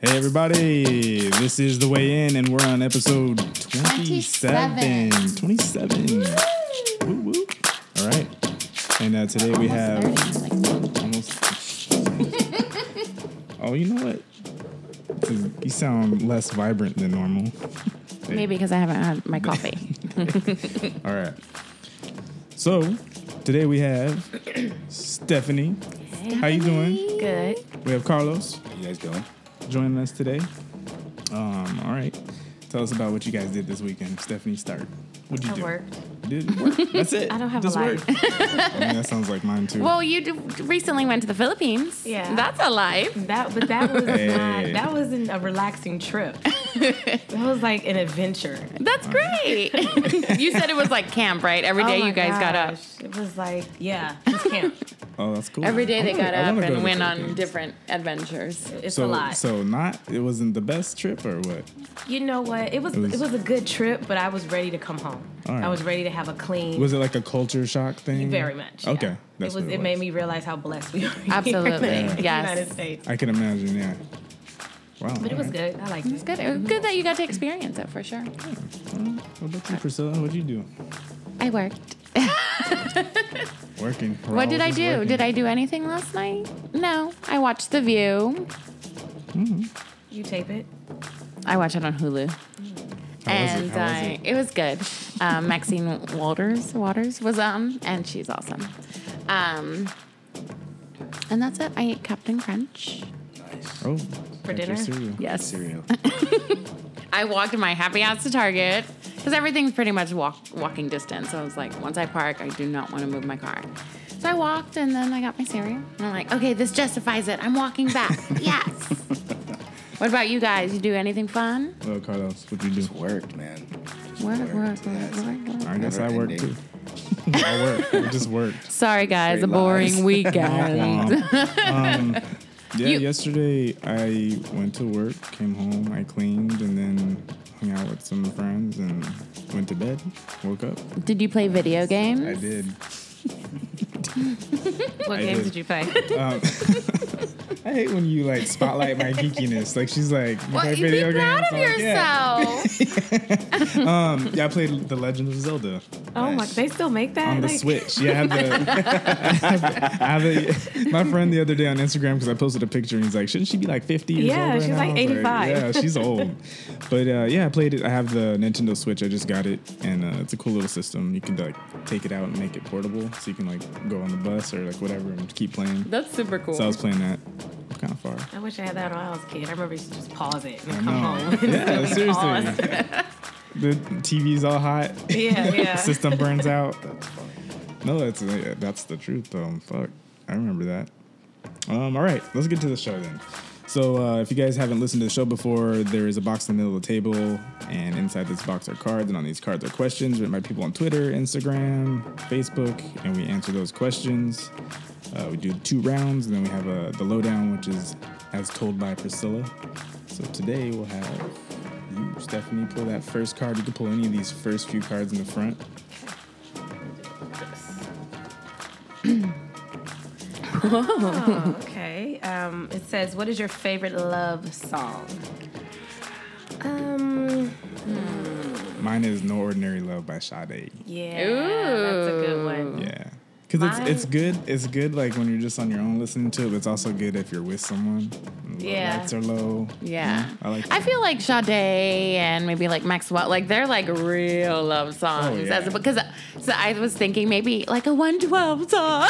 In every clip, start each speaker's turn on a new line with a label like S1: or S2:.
S1: Hey everybody, this is The Way In and we're on episode 27. 27. Woo woo. All right. And uh, today we have almost Oh, you know what? You sound less vibrant than normal.
S2: Maybe because I haven't had my coffee.
S1: All right. So, today we have Stephanie. How you doing?
S2: Good.
S1: We have Carlos.
S3: You guys going?
S1: joining us today. Um, all right. Tell us about what you guys did this weekend. Stephanie, start. What'd you
S4: I
S1: do?
S4: worked.
S1: Did work. That's it.
S2: I don't have a
S1: Just
S2: life.
S1: work. I mean, that sounds like mine too.
S2: Well, you d- recently went to the Philippines.
S4: Yeah.
S2: That's a life.
S4: That, but that was
S1: Hey.
S4: not. That wasn't a relaxing trip. that was like an adventure.
S2: That's great. you said it was like camp, right? Every day
S4: Oh
S2: you
S4: my
S2: guys got up.
S4: gosh. It was like yeah, it's camp.
S1: oh, that's cool.
S2: Every day
S1: I
S2: they
S1: wanna-
S2: got
S1: I
S2: up
S1: wanna go to
S2: and
S1: the
S2: went on
S1: Philippines.
S2: different adventures.
S4: It's
S1: So,
S4: a lot.
S1: so not it wasn't the best trip or what?
S4: you know what? It was it
S1: was-
S4: was, a good trip, but I was ready to come home.
S1: All right.
S4: I was ready to have a clean.
S1: Was it like a culture shock thing?
S4: very much. yeah.
S1: Okay, that's
S4: it was.
S1: what
S4: It, made me realize how blessed we are. here
S2: Absolutely,
S4: in the
S2: yes.
S4: United States.
S1: I can imagine. Yeah. Wow.
S4: But it was good. I liked it.
S2: It's good. It was good that you got to experience it for sure.
S1: What about you, Priscilla? What'd you do?
S2: I worked.
S1: Working. We're all
S2: What did I
S1: just
S2: do?
S1: Oh, working.
S2: Did I do anything last night? No. I watched The View.
S4: You tape it.
S2: I watch it on
S1: How
S2: Hulu.
S1: was it?
S2: and
S1: How was
S2: uh,
S1: it?
S2: it was good. Um, Maxine Waters Waters was on, and she's awesome. Um, and that's it. I ate Captain Crunch.
S3: Nice.
S1: Oh, got your
S4: dinner?
S1: cereal.
S2: Yes,
S3: Cereal.
S2: I walked my happy ass to Target because everything's pretty much walk, walking distance. So I was like, once I park, I do not want to move my car. So I walked, and then I got my cereal. And I'm like, okay, this justifies it. I'm walking back. yes. What about you guys? You do anything fun?
S1: Oh, Carlos, what'd you do?
S3: It's worked, man. Just
S2: Work,
S3: worked.
S2: work,
S3: Yeah,
S2: work,
S3: it's-
S2: work, work.
S1: I guess I
S3: Never
S1: worked too.
S3: ending.
S1: I worked. I just worked.
S2: Sorry, guys. A
S3: Straight
S2: boring
S3: lies.
S2: weekend.
S1: Um, yeah,
S2: You-
S1: yesterday I went to work, came home, I cleaned, and then hung out with some friends and went to bed. Woke up.
S2: Did you play video games?
S1: I did.
S4: What
S1: I
S4: games
S1: did.
S4: did. you play?
S1: Um, I hate when you like spotlight my geekiness. Like she's like, you
S2: Well,
S1: play
S2: you
S1: video
S2: be proud
S1: games?
S2: of
S1: I'm like, yeah.
S2: yourself.
S1: Um, yeah, I played The Legend of Zelda
S4: oh my!
S3: Nice.
S4: They still make that
S1: on the
S4: Like,
S1: Switch. Yeah, I have the. I have the my friend the other day on Instagram because I posted a picture and he's like, shouldn't she be like 50 years
S4: Yeah,
S1: old? right
S4: she's
S1: now?"
S4: like
S1: I was
S4: 85.
S1: yeah, she's old. But uh, yeah, I played it. I have the Nintendo Switch. I just got it, and uh, it's a cool little system. You can like take it out and make it portable, so you can like go on the bus or like whatever and keep playing.
S2: That's super cool.
S1: So I was playing that. Kind of far.
S4: I wish I had that when I was a kid. I remember you should just pause it and come
S1: No.
S4: home.
S1: Yeah,
S4: Pause.
S1: seriously. The TV's all hot.
S4: yeah, yeah.
S1: System burns out.
S3: That's funny.
S1: No, that's uh, that's the truth though. Fuck, I remember that. Um, all right, let's get to the show then. So, uh, if you guys haven't listened to the show before, there is a box in the middle of the table, and inside this box are cards, and on these cards are questions written by people on Twitter, Instagram, Facebook, and we answer those questions. Uh, we do two rounds, and then we have uh, the lowdown, which is as told by Priscilla. So today we'll have you, Stephanie, pull that first card. You can pull any of these first few cards in the front.
S4: Oh, okay. Um, it says, "What is your favorite love song?" Um.
S1: Mine is No Ordinary Love by Sade.
S4: Yeah, that's a good one.
S1: Yeah. Cause it's
S4: Mine-
S1: it's good it's good like when you're just on your own listening to it, but it's also good if you're with someone. And the
S4: Yeah.
S1: Lights are low.
S2: yeah.
S1: I like
S2: I
S1: that.
S2: feel like Sade and maybe like Maxwell, like they're like real love songs.
S1: Oh, yeah.
S2: as, because so I was thinking maybe like a 112 song.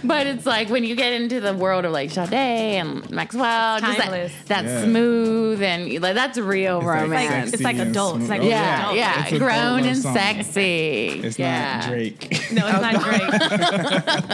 S2: but it's like when you get into the world of like Sade and Maxwell, just that,
S4: Timeless.
S2: that
S1: Yeah.
S2: smooth and like that's real romance.
S4: like- it's like
S1: sexy and
S4: adult. It's
S1: smooth.
S4: like
S1: Oh,
S2: yeah,
S4: adult.
S2: yeah,
S1: It's an adult
S2: grown
S1: love
S2: and
S1: song.
S2: sexy.
S1: It's
S2: yeah.
S1: not Drake.
S4: No, it's not Drake.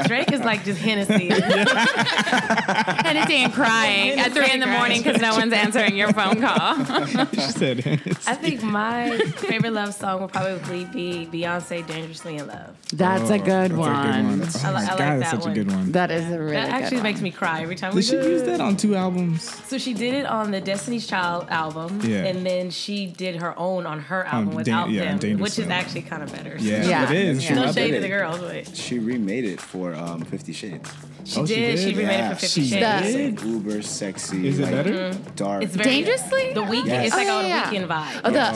S4: Drake is like just Hennessy.
S2: Hennessy and crying at
S4: Hennessy
S2: three in the
S4: and
S2: morning because no one's answering your phone call.
S1: she said it's-
S4: I think my favorite love song will probably be Beyonce, "Dangerously in Love."
S2: That's a
S1: Oh,
S2: good
S1: that's
S2: one.
S1: Oh
S4: I li-
S1: my
S4: I like
S1: God, that's
S4: that
S1: such a
S4: one.
S1: good one.
S2: That is a really
S4: That actually
S2: good
S4: makes me cry every time. we
S1: Did she
S4: do
S1: use
S4: it.
S1: that on two albums?
S4: So she did it on the Destiny's Child album,
S1: Yeah.
S4: and then she did her own on her album
S1: Dan-
S4: without
S1: yeah,
S4: them,
S1: Dangerously
S4: which
S1: in
S4: is
S1: Love.
S4: actually kind of better.
S1: Yeah,
S2: Yeah.
S1: it is. She
S2: Yeah.
S4: No
S1: loved
S4: shade
S1: it.
S4: to the girls, but
S3: She remade it for um, Fifty Shades.
S4: She
S1: Oh, she
S4: did. She
S1: did?
S4: remade
S3: Yeah.
S4: it for Fifty
S1: She
S4: Shades.
S2: The
S3: It's
S1: did?
S3: like uber sexy.
S1: Is it
S3: like,
S1: better?
S3: Dark.
S4: It's very
S2: Dangerously?
S4: The weekend.
S3: Yes.
S4: It's like
S2: Oh,
S4: on
S2: yeah.
S4: a weekend vibe.
S2: Oh, the uh,
S3: yeah.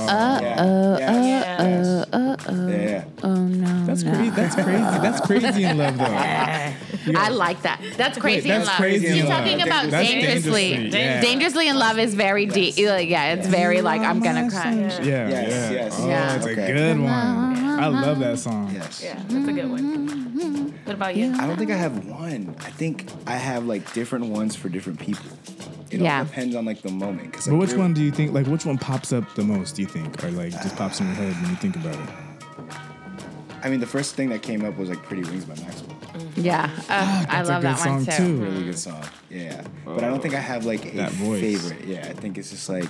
S3: uh,
S4: uh,
S3: uh, uh, yeah.
S2: oh no.
S1: That's
S2: no.
S1: crazy. That's crazy. That's crazy in love, though.
S2: I like that. That's
S1: Wait,
S2: crazy in
S1: that's
S2: love.
S1: crazy in
S2: You're
S1: love.
S2: talking about
S1: That's
S2: dangerously.
S1: dangerously, yeah.
S2: Dangerously in love is very deep. Like, yeah, it's very like I'm gonna cry.
S1: Yeah,
S3: Yes,
S1: yeah.
S3: yes.
S1: Oh,
S2: Yeah.
S1: it's a
S3: Okay.
S1: good one. I love that song.
S3: Yes.
S4: Yeah, that's a good one. What about you?
S3: I don't think I have one. I think I have like different ones for different people. It
S2: Yeah.
S3: all depends on like the moment. 'cause,
S1: But
S3: like,
S1: which
S3: you're-
S1: one do you think? Like, which one pops up the most? Do you think, or like just pops in your head when you think about it?
S3: I mean, the first thing that came up was like "Pretty Wings" by Maxwell.
S2: Yeah, Uh, I
S1: That's
S2: love
S1: a good
S2: that
S1: song
S2: one too.
S3: Really good song. Yeah. But I don't think I have like a
S1: That voice.
S3: favorite. Yeah. I think it's just like,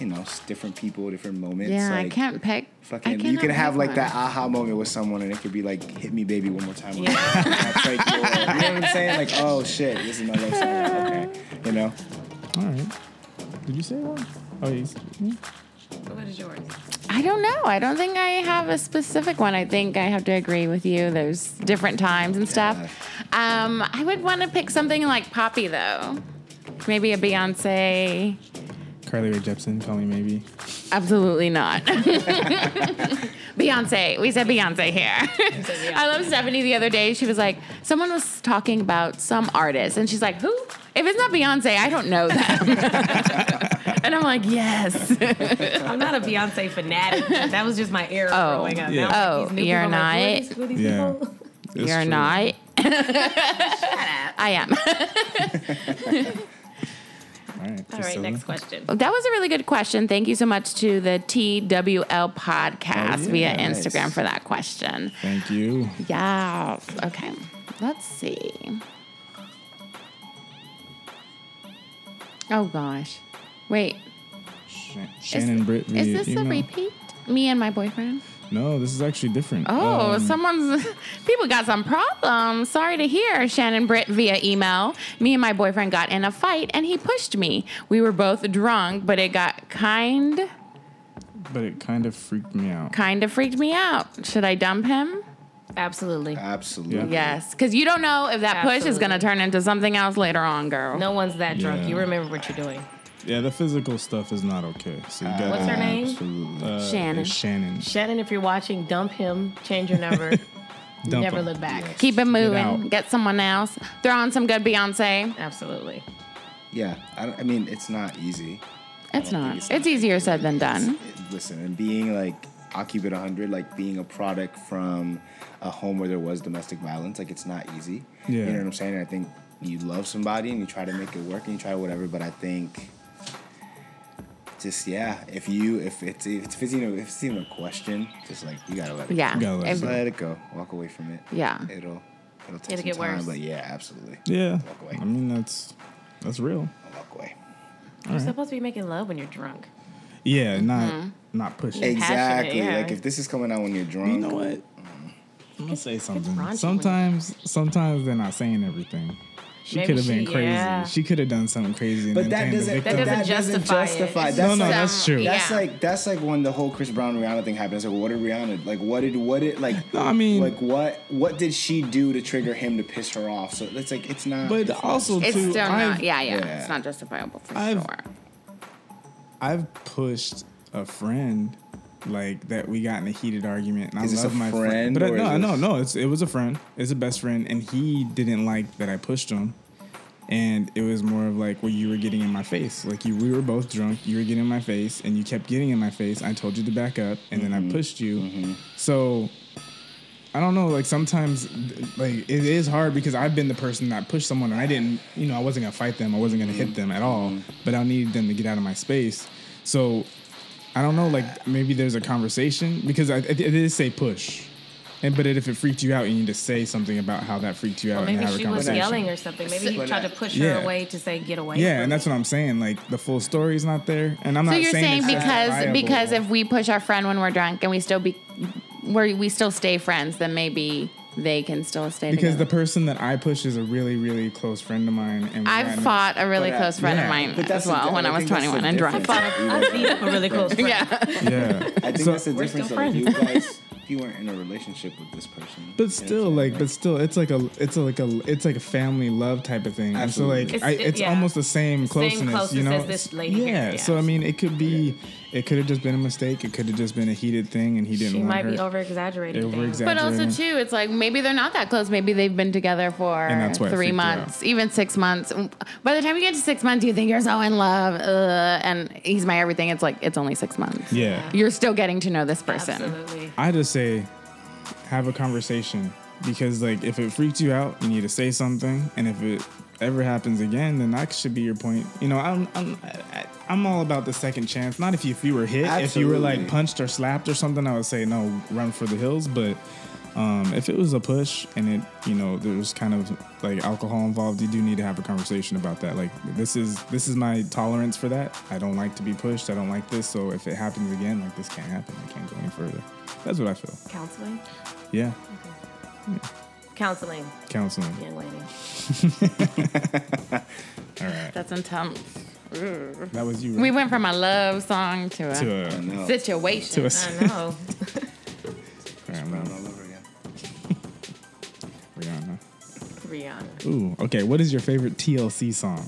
S3: you know, s- different people, different moments.
S2: Yeah,
S3: like,
S2: I can't pick. I
S3: Fucking, you can
S2: cannot
S3: have
S2: pick
S3: like
S2: one.
S3: that aha moment with someone, and it could be like, "Hit me, baby, one more time." That's like, your- you know what I'm saying? Like, oh shit, this is my love song. Okay, you know.
S2: Mm-hmm.
S1: All right. Did you say one? Oh, you,
S4: What is yours?
S2: I don't know. I don't think I have a specific one. I think I have to agree with you. There's different times and stuff. Um, I would want to pick something like Poppy though. Maybe a Beyonce.
S1: Carly Rae Jepsen, call me maybe.
S2: Absolutely not. Beyonce. We said Beyonce here. I love Stephanie the other day. She was like, someone was talking about some artist, and she's like, who? If it's not Beyonce, I don't know them. and I'm like, yes.
S4: I'm not a Beyonce fanatic. but That was just my era
S2: Oh.
S4: growing up.
S1: Yeah.
S4: Now, like,
S2: Oh,
S4: these new
S2: you're
S4: people, I'm
S2: not?
S4: like, who are these- who are these
S1: Yeah.
S4: people?
S1: It's
S2: You're
S1: true.
S2: not. I am.
S1: All right.
S4: All right, next question.
S2: That was a really good question. Thank you so much to the TWL podcast
S1: Oh,
S2: via
S1: yeah,
S3: nice.
S2: Instagram for that question.
S1: Thank you.
S2: Yes. Okay. Let's see. Oh gosh. Wait.
S1: Sh-
S2: Is-
S1: Shannon Britt.
S2: Is
S1: via
S2: this a
S1: email.
S2: repeat? Me and my boyfriend.
S1: No, this is actually different.
S2: Oh,
S1: Um,
S2: someone's people got some problems. Sorry to hear, Shannon Britt via email. Me and my boyfriend got in a fight and he pushed me. We were both drunk, but it got kind
S1: But it kind of freaked me out.
S2: kind of freaked me out. Should I dump him?
S4: Absolutely.
S3: Absolutely.
S2: Yes, because you don't know if that push is
S4: Absolutely.
S2: going to turn into something else later on, girl.
S4: No one's that drunk.
S1: Yeah.
S4: You remember what you're doing.
S1: Yeah, the physical stuff is not okay. So you got
S4: What's her name?
S3: Absolutely.
S1: Uh,
S2: Shannon.
S1: Shannon.
S4: Shannon, if you're watching, dump him, change your number,
S1: Dump
S4: never
S1: him.
S4: look back.
S2: Keep it moving.
S1: out.
S2: Get someone else. Throw on some good Beyonce.
S4: Absolutely.
S3: Yeah. I, don't- I mean, it's not easy.
S2: It's not.
S3: it's
S2: It's, easier said than done.
S3: It- listen, and being like, I'll keep it 100, like being a product from a home where there was domestic violence, like it's not easy. You
S1: Yeah.
S3: know what I'm saying? I think you love somebody and you try to make it work and you try whatever, but I think just, yeah, if you, if it's, if it's, even, if it's even a question, just like, you gotta let it
S2: Yeah.
S1: You gotta let
S2: If-
S3: Go. Let it go. Walk away from it.
S2: Yeah.
S3: It'll, it'll take
S4: It'll
S3: some
S4: get
S3: time,
S4: worse.
S3: but yeah, absolutely.
S1: Yeah.
S3: Walk away.
S1: I mean, that's that's real.
S3: Walk away.
S4: You're supposed to be making love when you're drunk. Mm-hmm.
S1: Yeah, not not pushing.
S4: Hey, passionate,
S3: Exactly.
S4: yeah.
S3: Like if this is coming out when you're drunk,
S1: You know what? I'm gonna say
S4: raunchy when
S1: something.
S4: you-
S1: Sometimes, sometimes they're not saying everything. She
S4: Maybe
S1: could have been
S4: she-
S1: crazy.
S4: yeah.
S1: She could have done something crazy. And then
S3: But that
S1: blamed the
S3: doesn't,
S1: victim.
S3: but
S4: doesn't
S3: that doesn't
S4: justify it.
S3: justify.
S4: It's
S3: That's
S1: no, no,
S3: like,
S1: that's true.
S2: yeah.
S3: that's like that's like when the whole Chris Brown Rihanna thing happened. It's like, what did Rihanna like? What did what did like?
S1: No, I mean-
S3: like what what did she do to trigger him to piss her off? So it's like it's not.
S1: But
S3: it's
S1: also,
S2: It's
S1: too,
S2: still
S1: I've,
S2: not. Yeah, yeah,
S3: yeah.
S2: It's not justifiable for
S1: I've-
S2: sure.
S1: I've pushed a friend like that. We got in a heated argument, and
S3: Is
S1: I
S3: this
S1: love
S3: a
S1: my
S3: friend,
S1: But I,
S3: or
S1: no,
S3: is
S1: no,
S3: this-
S1: no. It's it was a friend. It's a best friend, and he didn't like that I pushed him. And it was more of like, well, you were getting in my face. Like you, we were both drunk. You were getting in my face, and you kept getting in my face. I told you to back up, and
S3: Mm-hmm.
S1: then I pushed you. So I don't know. Like sometimes, th- like it is hard because I've been the person that pushed someone and I didn't, you know, I wasn't gonna fight them. I wasn't gonna hit them at all.
S3: Mm-hmm.
S1: But I needed them to get out of my space. So I don't know. Like maybe there's a conversation because I, it, it is say push, and but if it freaked you out, you need to say something about how that freaked you out
S4: Well,
S1: and
S4: maybe
S1: have a
S4: she was
S1: conversation.
S4: yelling or something. Maybe he
S3: But
S4: tried
S3: I-
S4: to push
S1: uh, Yeah.
S4: her away to say, get away.
S1: Yeah, and that's what I'm saying. Like the full story's not there, and I'm
S2: So
S1: not.
S2: you're saying
S1: it's
S2: because
S1: justifiable.
S2: because if we push our friend when we're drunk and we still be we we still stay friends, then maybe they can still stay
S1: because the
S2: together.
S1: person that I push is a really really close friend of mine, and we got
S2: I've
S1: in a-
S2: fought a really
S3: But, uh,
S2: close friend
S1: yeah,
S2: of
S3: but
S2: mine
S3: that's
S2: as
S3: the
S2: well
S3: di-
S2: when
S3: I
S2: I was
S3: think that's the
S2: 21 and drunk.
S3: difference.
S4: I beat up a really close friend.
S2: Yeah.
S3: I think
S1: So-
S3: that's the
S4: We're still
S3: difference. Though. You guys, you weren't in a relationship with this person.
S1: But still, like, but still, it's like a, it's a, like a, it's like a family love type of thing. And so, like,
S4: Absolutely.
S1: I,
S4: It's- it-
S1: it's
S4: yeah.
S1: almost the same closeness, you
S4: closeness
S1: know.
S4: as this lady
S1: yeah,
S4: here, yeah.
S1: So I mean, it could be, it could have just been a mistake. It could have just been a heated thing, and he didn't.
S4: She
S1: want
S4: might
S1: her.
S4: be over exaggerating.
S1: Over-exag-
S2: But also
S1: Exaggerating.
S2: too, it's like maybe they're not that close. Maybe they've been together for
S1: And that's why it
S2: three
S1: freaked you out.
S2: months, even six months. By the time you get to six months, you think you're so in love, uh, and he's my everything. It's like it's only six months.
S1: Yeah.
S2: You're still getting to know this person.
S4: Absolutely.
S1: I just say, have a conversation because, like, if it freaks you out, you need to say something, and if it ever happens again, then that should be your point. You know, I'm, I'm, I- I'm all about the second chance. Not if you, if you were hit, if you were like
S3: Absolutely.
S1: punched or slapped or something, I would say no, run for the hills. But um, if it was a push and it, you know, there was kind of like alcohol involved, you do need to have a conversation about that. Like, this is this is my tolerance for that. I don't like to be pushed. I don't like this. So if it happens again, like this can't happen. I can't go any further. That's what I feel.
S4: Counseling?
S1: Yeah,
S4: Counseling,
S1: counseling.
S4: young lady.
S2: That's intense.
S1: That was you. Right?
S2: We went from a love song to a,
S1: to a,
S3: I know.
S2: situation.
S1: to a.
S4: I know.
S3: All
S1: Rihanna.
S3: over again.
S1: Rihanna.
S4: Rihanna.
S1: Ooh, okay. What is your favorite TLC song?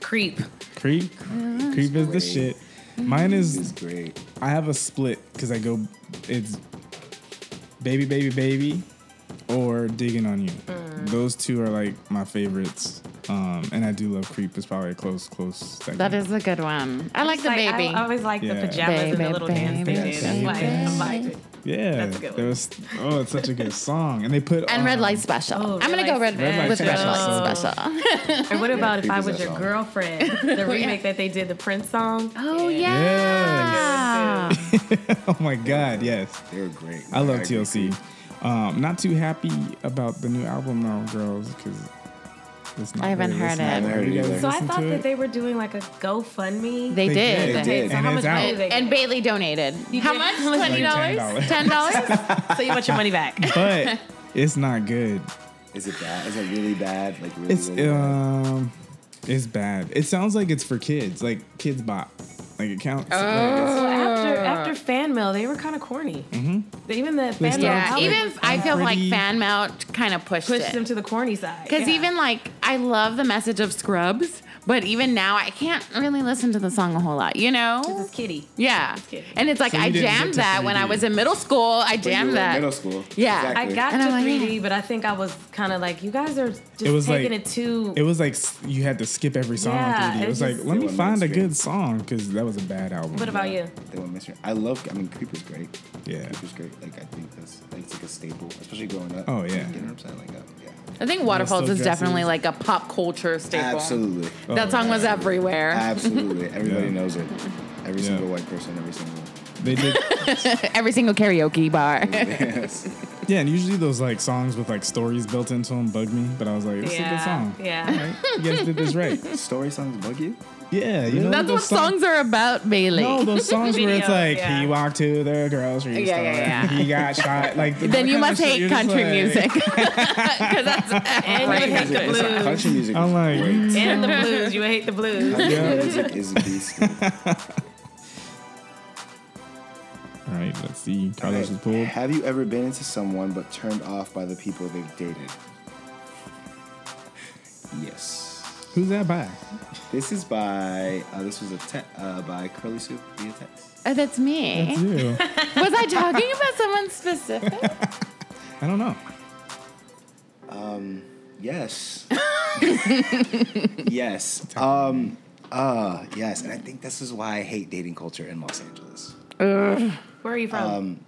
S4: Creep.
S1: Creep.
S4: Uh,
S1: Creep is the
S3: great.
S1: shit. Mine
S3: It's
S1: is
S3: great.
S1: I have a split because I go it's baby baby baby or digging on you.
S4: Mm.
S1: Those two are like my favorites. Um, and I do love Creep. It's probably a close close second.
S2: that is a good one. I like the baby.
S4: I always like
S1: Yeah.
S4: the pajamas and the
S2: Baby,
S4: little dance they
S2: baby,
S4: do. That's why
S1: baby.
S4: I'm like,
S1: yeah.
S4: That's a good
S1: There
S4: one.
S1: was oh, it's such a good song. And they put
S2: and red
S1: um,
S2: light special.
S4: Oh,
S2: I'm gonna
S4: Red
S2: go
S4: Light
S2: red
S1: Special.
S2: with red
S4: Oh.
S2: light special.
S4: or what about if
S3: Creep
S4: I
S3: is
S4: was
S3: that
S4: your
S3: song.
S4: girlfriend? The remake that they did, the Prince song.
S2: Oh yeah.
S1: Yes. Oh my god, yes.
S3: They were great.
S1: I love
S3: agree.
S1: TLC. Um, not too happy about the new album though, girls, because it's not.
S2: I haven't
S1: very
S2: heard
S1: listenable.
S2: it. I haven't
S3: heard it
S1: You guys
S3: either.
S4: So I
S1: listen
S4: thought
S1: to
S4: that
S1: it?
S4: they were doing like a GoFundMe.
S2: They,
S1: They
S2: did.
S1: did.
S3: They did.
S4: So
S1: And
S4: how
S1: it's
S4: much
S1: out.
S4: money did they get?
S2: And Bailey donated.
S4: You
S2: How
S4: did?
S2: much?
S4: Like
S2: Twenty dollars?
S1: $10.
S2: Ten dollars?
S4: so you want your money back?
S1: but it's not good.
S3: Is it bad? Is it really bad? Like really,
S1: It's
S3: really bad?
S1: um, it's bad. It sounds like it's for kids, like kids bop, like it counts. like,
S2: Oh.
S4: Well, after after fan mail, they were kind of corny. Mm-hmm. Even the fan mail
S2: yeah.
S1: Starbucks,
S4: outlet
S2: Even I feel like
S1: pretty-
S2: fan mail kind of pushed
S4: pushed
S2: it.
S4: them to the corny side.
S2: Because
S4: Yeah.
S2: even like I love the message of Scrubs, but even now I can't really listen to the song a whole lot. You know?
S4: this is Kitty.
S2: Yeah.
S4: kidding.
S2: And it's like
S1: So you
S2: I
S1: didn't get
S2: jammed
S1: to
S2: that when I
S1: 3D.
S2: was in middle school. I
S3: When you were
S2: jammed
S3: in
S2: that.
S3: Middle school.
S2: Yeah.
S4: I
S3: Exactly.
S4: got
S2: And
S4: to
S2: I'm like,
S4: 3D, but I think I was kind of like, you guys are just
S1: was
S4: taking
S1: like-
S4: it too.
S1: It was like s- you had to skip every song.
S4: Yeah,
S1: on 3D. It
S4: it
S1: was
S4: just-
S1: like let me
S3: They were
S1: find a
S3: mainstream.
S1: good song because that was a bad album.
S4: what about you?
S3: They went missing. I love. I mean, Creeper's great.
S1: Yeah.
S3: Creeper's great. Like I think that's like, it's like a staple, especially growing up.
S1: Oh, yeah.
S3: You know what I'm saying? Like uh, yeah.
S2: I think Waterfalls
S1: still
S2: is definitely
S1: dresses.
S2: like a pop culture staple.
S3: Absolutely.
S2: That song was everywhere.
S3: Absolutely. Everybody
S1: Oh. Yeah.
S3: knows it. Every
S1: Yeah.
S3: single white person. Every single.
S1: They did.
S2: Every single karaoke bar.
S3: Yes.
S1: Yeah, and usually those like songs with like stories built into them bug me, but I was like, it's a good song.
S4: Yeah.
S1: Right? You guys did this right.
S3: Story songs bug you?
S1: Yeah, you know
S2: That's
S1: those
S2: what songs are about, Bailey.
S1: No, those songs where it's
S4: Videos,
S1: like
S4: yeah.
S1: he walked to the grocery
S2: Yeah,
S1: store,
S2: yeah, yeah.
S1: he got shot. Like
S2: then you
S1: that kind of
S2: must
S1: shit,
S2: hate
S1: you're just
S2: country
S1: like-
S2: music. 'Cause that's
S4: And you would hate the
S3: Listen,
S4: blues.
S3: country music.
S1: I'm
S3: is
S1: like-
S3: great.
S4: And the blues. You would hate the blues.
S3: Country
S1: Yeah.
S3: music is beastly.
S1: All right, let's see. Carlos is pulled.
S3: Have you ever been into someone but turned off by the people they've dated? Yes.
S1: Who's that by?
S3: This is by uh, this was a te- uh, by Curly Soup via text.
S2: oh, that's me.
S1: That's you.
S2: Was I talking about someone specific?
S1: I don't know.
S3: Yes. yes. Um. Uh. Yes. And I think this is why I hate dating culture in Los Angeles,
S4: Where are you from?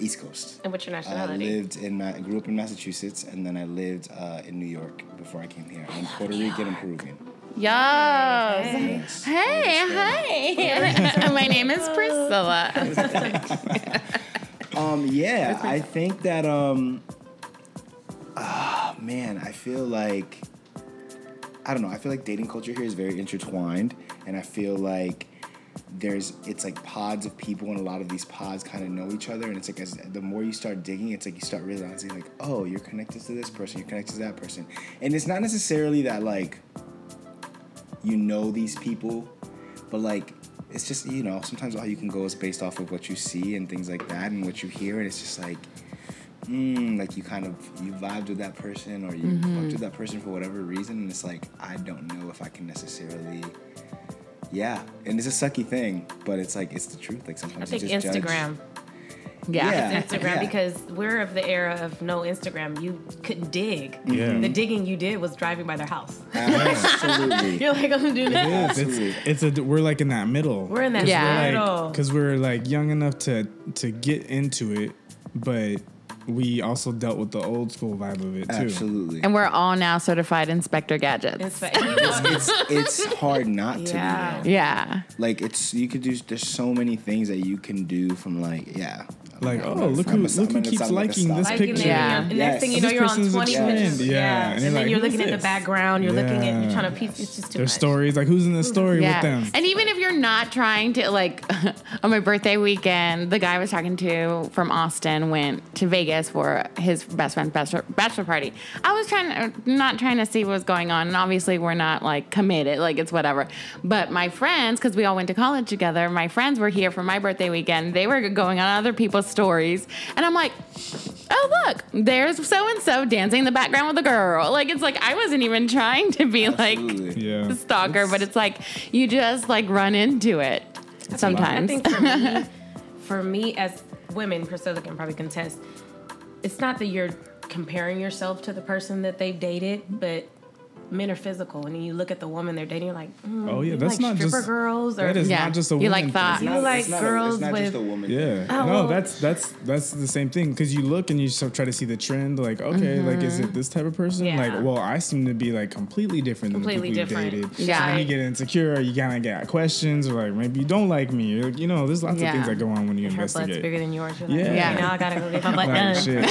S3: East Coast. Uh,
S4: and what's your
S3: Um, I
S4: nationality?
S3: lived in Ma- I grew up in Massachusetts and then I lived uh, in New York before I came here. I'm Puerto Rican and Peruvian.
S2: Yes.
S3: Yes.
S2: Hey, hi. My name is Priscilla.
S3: Um, yeah, I think that um ah, man, I feel like I don't know, I feel like dating culture here is very intertwined and I feel like there's it's like pods of people and a lot of these pods kind of know each other and it's like as the more you start digging it's like you start realizing like oh you're connected to this person you're connected to that person and it's not necessarily that like you know these people but like it's just you know sometimes all you can go is based off of what you see and things like that and what you hear and it's just like mm, like you kind of you vibed with that person or you
S4: Mm-hmm.
S3: fucked with that person for whatever reason and it's like i don't know if i can necessarily yeah and it's a sucky thing but it's like it's the truth like sometimes
S4: I think
S3: you just judge-
S4: Instagram.
S2: Yeah.
S3: Yeah.
S4: Instagram because we're of the era of no Instagram. You couldn't dig.
S1: Yeah.
S4: The digging you did was driving by their house.
S3: absolutely
S4: You're like, I'm gonna do
S1: It
S4: that.
S1: is. It's, it's a, we're like in that middle.
S4: We're in that
S2: Yeah.
S4: middle.
S1: because we're like young enough to to get into it, but we also dealt with the old school vibe of it too.
S3: absolutely
S2: And we're all now certified Inspector Gadgets.
S4: It's like-
S3: it's it's hard not to
S4: Yeah.
S3: be though.
S2: Yeah.
S3: like it's you could do there's so many things that you can do from like yeah
S1: Like,
S3: I'm
S1: oh,
S3: gonna-
S1: look
S3: I'm
S1: who-
S3: gonna stop-
S1: look who
S3: I'm gonna
S1: keeps
S3: stop, I'm gonna
S1: liking
S3: stop.
S1: this
S4: Like,
S1: picture.
S4: and then
S2: Yeah.
S4: you're- and next
S3: Yes.
S4: thing you
S3: This
S4: know, you're on
S1: person's a
S4: 20
S1: trend,
S4: pictures.
S1: yeah. And
S4: And,
S1: you're
S4: then
S1: like,
S4: you're
S1: who's
S4: looking at the
S1: this?
S4: background. You're looking at. You're
S1: Yeah.
S4: trying to piece. It's just too
S1: Their
S4: much.
S1: stories, like who's in the story
S2: Yeah.
S1: with them?
S2: And even if you're not trying to, like, on my birthday weekend, the guy I was talking to from Austin went to Vegas for his best friend's bachelor, bachelor party. I was trying to, not trying to see what was going on. And obviously, we're not like committed, like, it's whatever. But my friends, because we all went to college together, my friends were here for my birthday weekend. They were going on other people's stories. And I'm like, oh, look, there's so and so dancing in the background with a girl. Like, it's like I wasn't even trying to be like,
S3: Absolutely.
S1: Yeah.
S2: the stalker, but it's like you just like run into it
S4: I
S2: sometimes.
S4: think for me, for me as women, Priscilla can probably contest. It's not that you're comparing yourself to the person that they've dated, but men are physical, and you look at the woman they're dating, you're like, mm,
S1: Oh yeah,
S4: you
S1: that's
S4: like
S1: not
S4: stripper
S1: just
S4: girls or
S1: that is
S2: Yeah.
S1: not just a
S2: You
S1: woman
S2: like
S1: thing.
S2: thought.
S4: You
S3: It's
S4: like
S3: it's not
S4: girls
S3: a, it's not just a
S4: with-
S3: woman thing.
S1: Yeah.
S4: Oh,
S1: no,
S4: well-
S1: that's that's that's the same thing because you look and you so try to see the trend. Like, okay, like is it this type of person?
S4: Mm-hmm. Yeah.
S1: Like, well, I seem to be like completely different
S4: Completely
S1: than the people you
S4: different.
S1: dated.
S2: Yeah.
S1: So then you get insecure. or You kind of get questions, or like maybe you don't like me. You're like, you know, there's lots
S2: Yeah.
S1: of things that go on when you
S4: her butt's
S1: investigate.
S4: bigger than yours. You're like,
S1: Yeah.
S4: yeah. Now I gotta go get my
S1: Like,
S4: butt done.
S1: shit.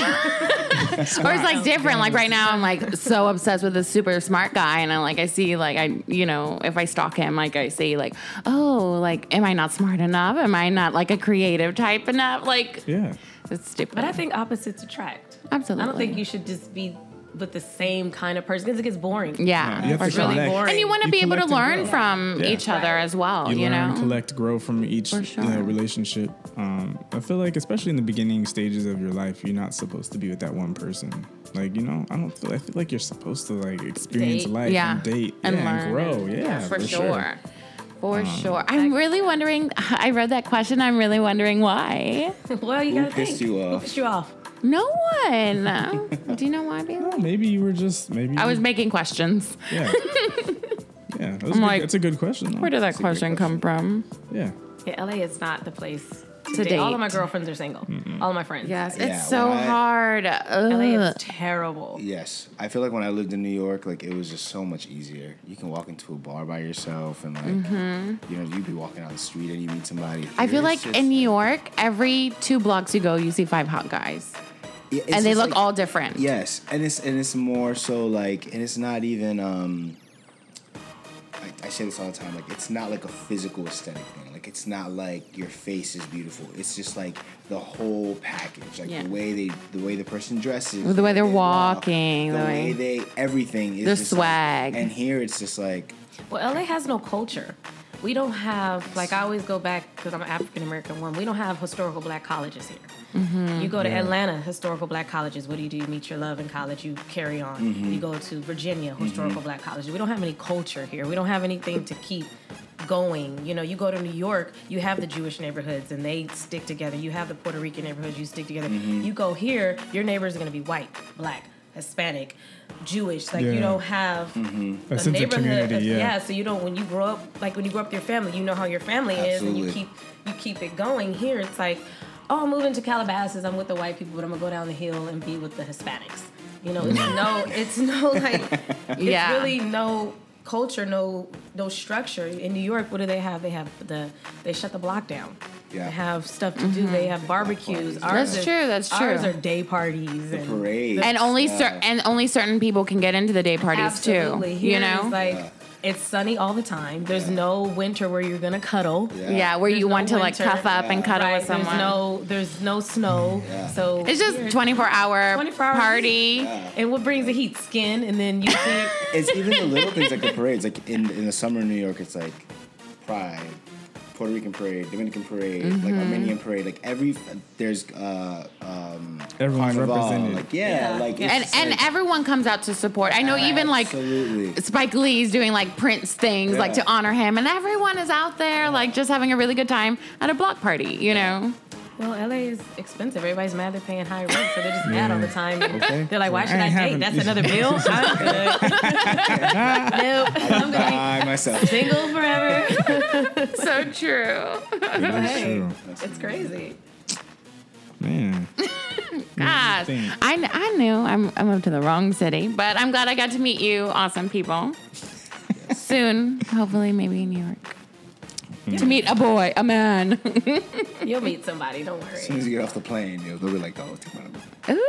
S2: or it's like different. Like right now, I'm like so obsessed with this super smart guy, and I like I see like I you know if I stalk him, like I see like oh like am I not smart enough? Am I not like a creative type enough? Like
S1: Yeah.
S2: it's stupid.
S4: But I think opposites attract. I don't
S2: Absolutely.
S4: think you should just be with the same kind of person because it gets boring.
S2: yeah,
S1: You have
S2: for
S1: to
S2: sure.
S4: really
S1: collect.
S4: boring.
S2: And you want to
S1: You
S2: be able to
S1: collect and
S2: learn
S1: grow.
S2: from
S1: Yeah.
S2: each other
S4: Right.
S2: as well. You,
S1: learn,
S2: know.
S1: collect, grow from each
S2: For
S1: uh,
S2: sure.
S1: relationship. Um, I feel like, especially in the beginning stages of your life, you're not supposed to be with that one person. Like you know, I don't feel. I feel like you're supposed to like experience
S4: Date.
S1: life
S2: yeah.
S1: and date
S2: and
S1: yeah,
S2: learn.
S1: grow. Yeah,
S2: for, sure. For sure. I'm really wondering. I read that question. I'm really wondering why.
S4: well, you gotta
S3: pissed
S4: think.
S3: you
S4: Who
S3: off?
S4: pissed you off?
S2: No one. Do you know why? Bailey?
S1: Well, Oh, maybe you were just maybe
S2: I was making questions.
S1: Yeah, yeah. That was a good,
S2: like,
S1: that's a good question. Though.
S2: Where did that
S3: a good
S2: question come from?
S1: yeah.
S4: Yeah, LA is not the place to,
S2: To
S4: date. All of my
S2: date.
S4: girlfriends are single. All of my friends.
S2: Yes, it's
S3: Yeah,
S2: so
S3: when I-
S2: hard.
S4: LA
S2: Ugh.
S4: is terrible.
S3: Yes, I feel like when I lived in New York, like it was just so much easier. You can walk into a bar by yourself, and like you know, you'd be walking down the street and you meet somebody.
S2: Mm-hmm. I feel
S3: Here,
S2: like
S3: it's just-
S2: in New York, every two blocks you go, you see five hot guys,
S3: Yeah, it's
S2: and they
S3: just
S2: look
S3: like-
S2: all different.
S3: Yes, and it's and it's more so like, and it's not even. um I, I say this all the time, like it's not like a physical aesthetic thing. Like it's not like your face is beautiful. It's just like the whole package, like
S2: Yeah.
S3: the way they, the way the person dresses,
S2: The way they're
S3: walk,
S2: walking,
S3: the
S2: the
S3: way,
S2: way-
S3: they everything is
S2: Their
S3: just like-
S2: swag.
S3: and here it's just like
S4: Well, LA has no culture. We don't have, like, I always go back because I'm an African American woman. We don't have historical black colleges here. You go to Atlanta, historical black colleges. What do you do? You meet your love in college, you carry on. You go to Virginia, historical black colleges. We don't have any culture here. We don't have anything to keep going. You know, you go to New York, you have the Jewish neighborhoods and they stick together. You have the Puerto Rican neighborhoods, you stick together. You go here, your neighbors are going to be white, black, Hispanic, Jewish. Like,
S1: Yeah.
S4: you don't have
S1: A sense of community, yeah.
S4: so you don't when you grow up like when you grow up with your family, you know how your family is and you
S3: Absolutely.
S4: keep you keep it going. Here it's like, oh I'm moving to Calabasas, I'm with the white people, but I'm gonna go down the hill and be with the Hispanics. You know, it's no
S3: Mm-hmm.
S4: it's no like it's
S2: Yeah.
S4: really no culture, no no structure. In New York, what do they have? They have the they shut the block down.
S3: Yeah.
S4: They have stuff to do. They have barbecues.
S3: parties.
S4: Ours
S2: Mm-hmm. That's
S4: are-
S2: true, that's true.
S4: Ours are day parties and
S3: parade.
S2: And only cer-
S3: Yeah.
S2: and only certain people can get into the day parties
S4: Absolutely.
S2: too.
S4: Here
S2: you know.
S4: it's like
S3: Yeah.
S4: it's sunny all the time. There's
S3: Yeah.
S4: no winter where you're gonna cuddle.
S3: Yeah.
S2: yeah, where
S4: There's
S2: you
S4: no
S2: want to like
S4: winter.
S2: cuff up and
S3: Yeah.
S2: cuddle
S4: Right,
S2: with someone.
S4: There's no, there's no snow.
S3: Yeah.
S4: So
S2: It's just
S4: here-
S2: 24 hour
S4: 24 hours.
S2: party.
S4: And what brings the heat? Skin, and then you see.
S3: it's even the little things like the parades. Like in in the summer in New York, it's like Pride, Puerto Rican parade, Dominican parade, like
S2: Mm-hmm.
S3: Armenian parade, like every there's uh um
S1: Everyone's
S3: carnival,
S1: represented.
S3: Like yeah,
S4: Yeah.
S3: like
S4: Yeah.
S3: it's
S2: and
S3: just
S2: and
S3: like-
S2: everyone comes out to support. I know even like
S3: Absolutely.
S2: Spike Lee's doing like Prince things like
S3: Yeah.
S2: to honor him, and everyone is out there like just having a really good time at a block party. You know,
S4: Well, LA is expensive. Everybody's mad they're paying high rent, so they're just mad all the time.
S3: Okay.
S4: They're like, why should
S1: I
S4: I,
S1: ain't
S4: date?
S1: having-
S4: That's another bill. I'm good. nope. I'm gonna
S3: by myself.
S4: be single forever.
S2: so true.
S1: That's
S4: Hey.
S1: true.
S4: It's crazy.
S1: Man.
S2: Gosh,
S1: Thing.
S2: I, kn- I knew I'm, I moved to the wrong city, but I'm glad I got to meet you, awesome people. Soon, hopefully, maybe in New York.
S3: Hmm.
S2: To meet a boy, a man.
S4: You'll meet somebody. Don't worry.
S3: As soon as you get off the plane, you'll- they'll be like, oh, take my number.
S2: Ooh.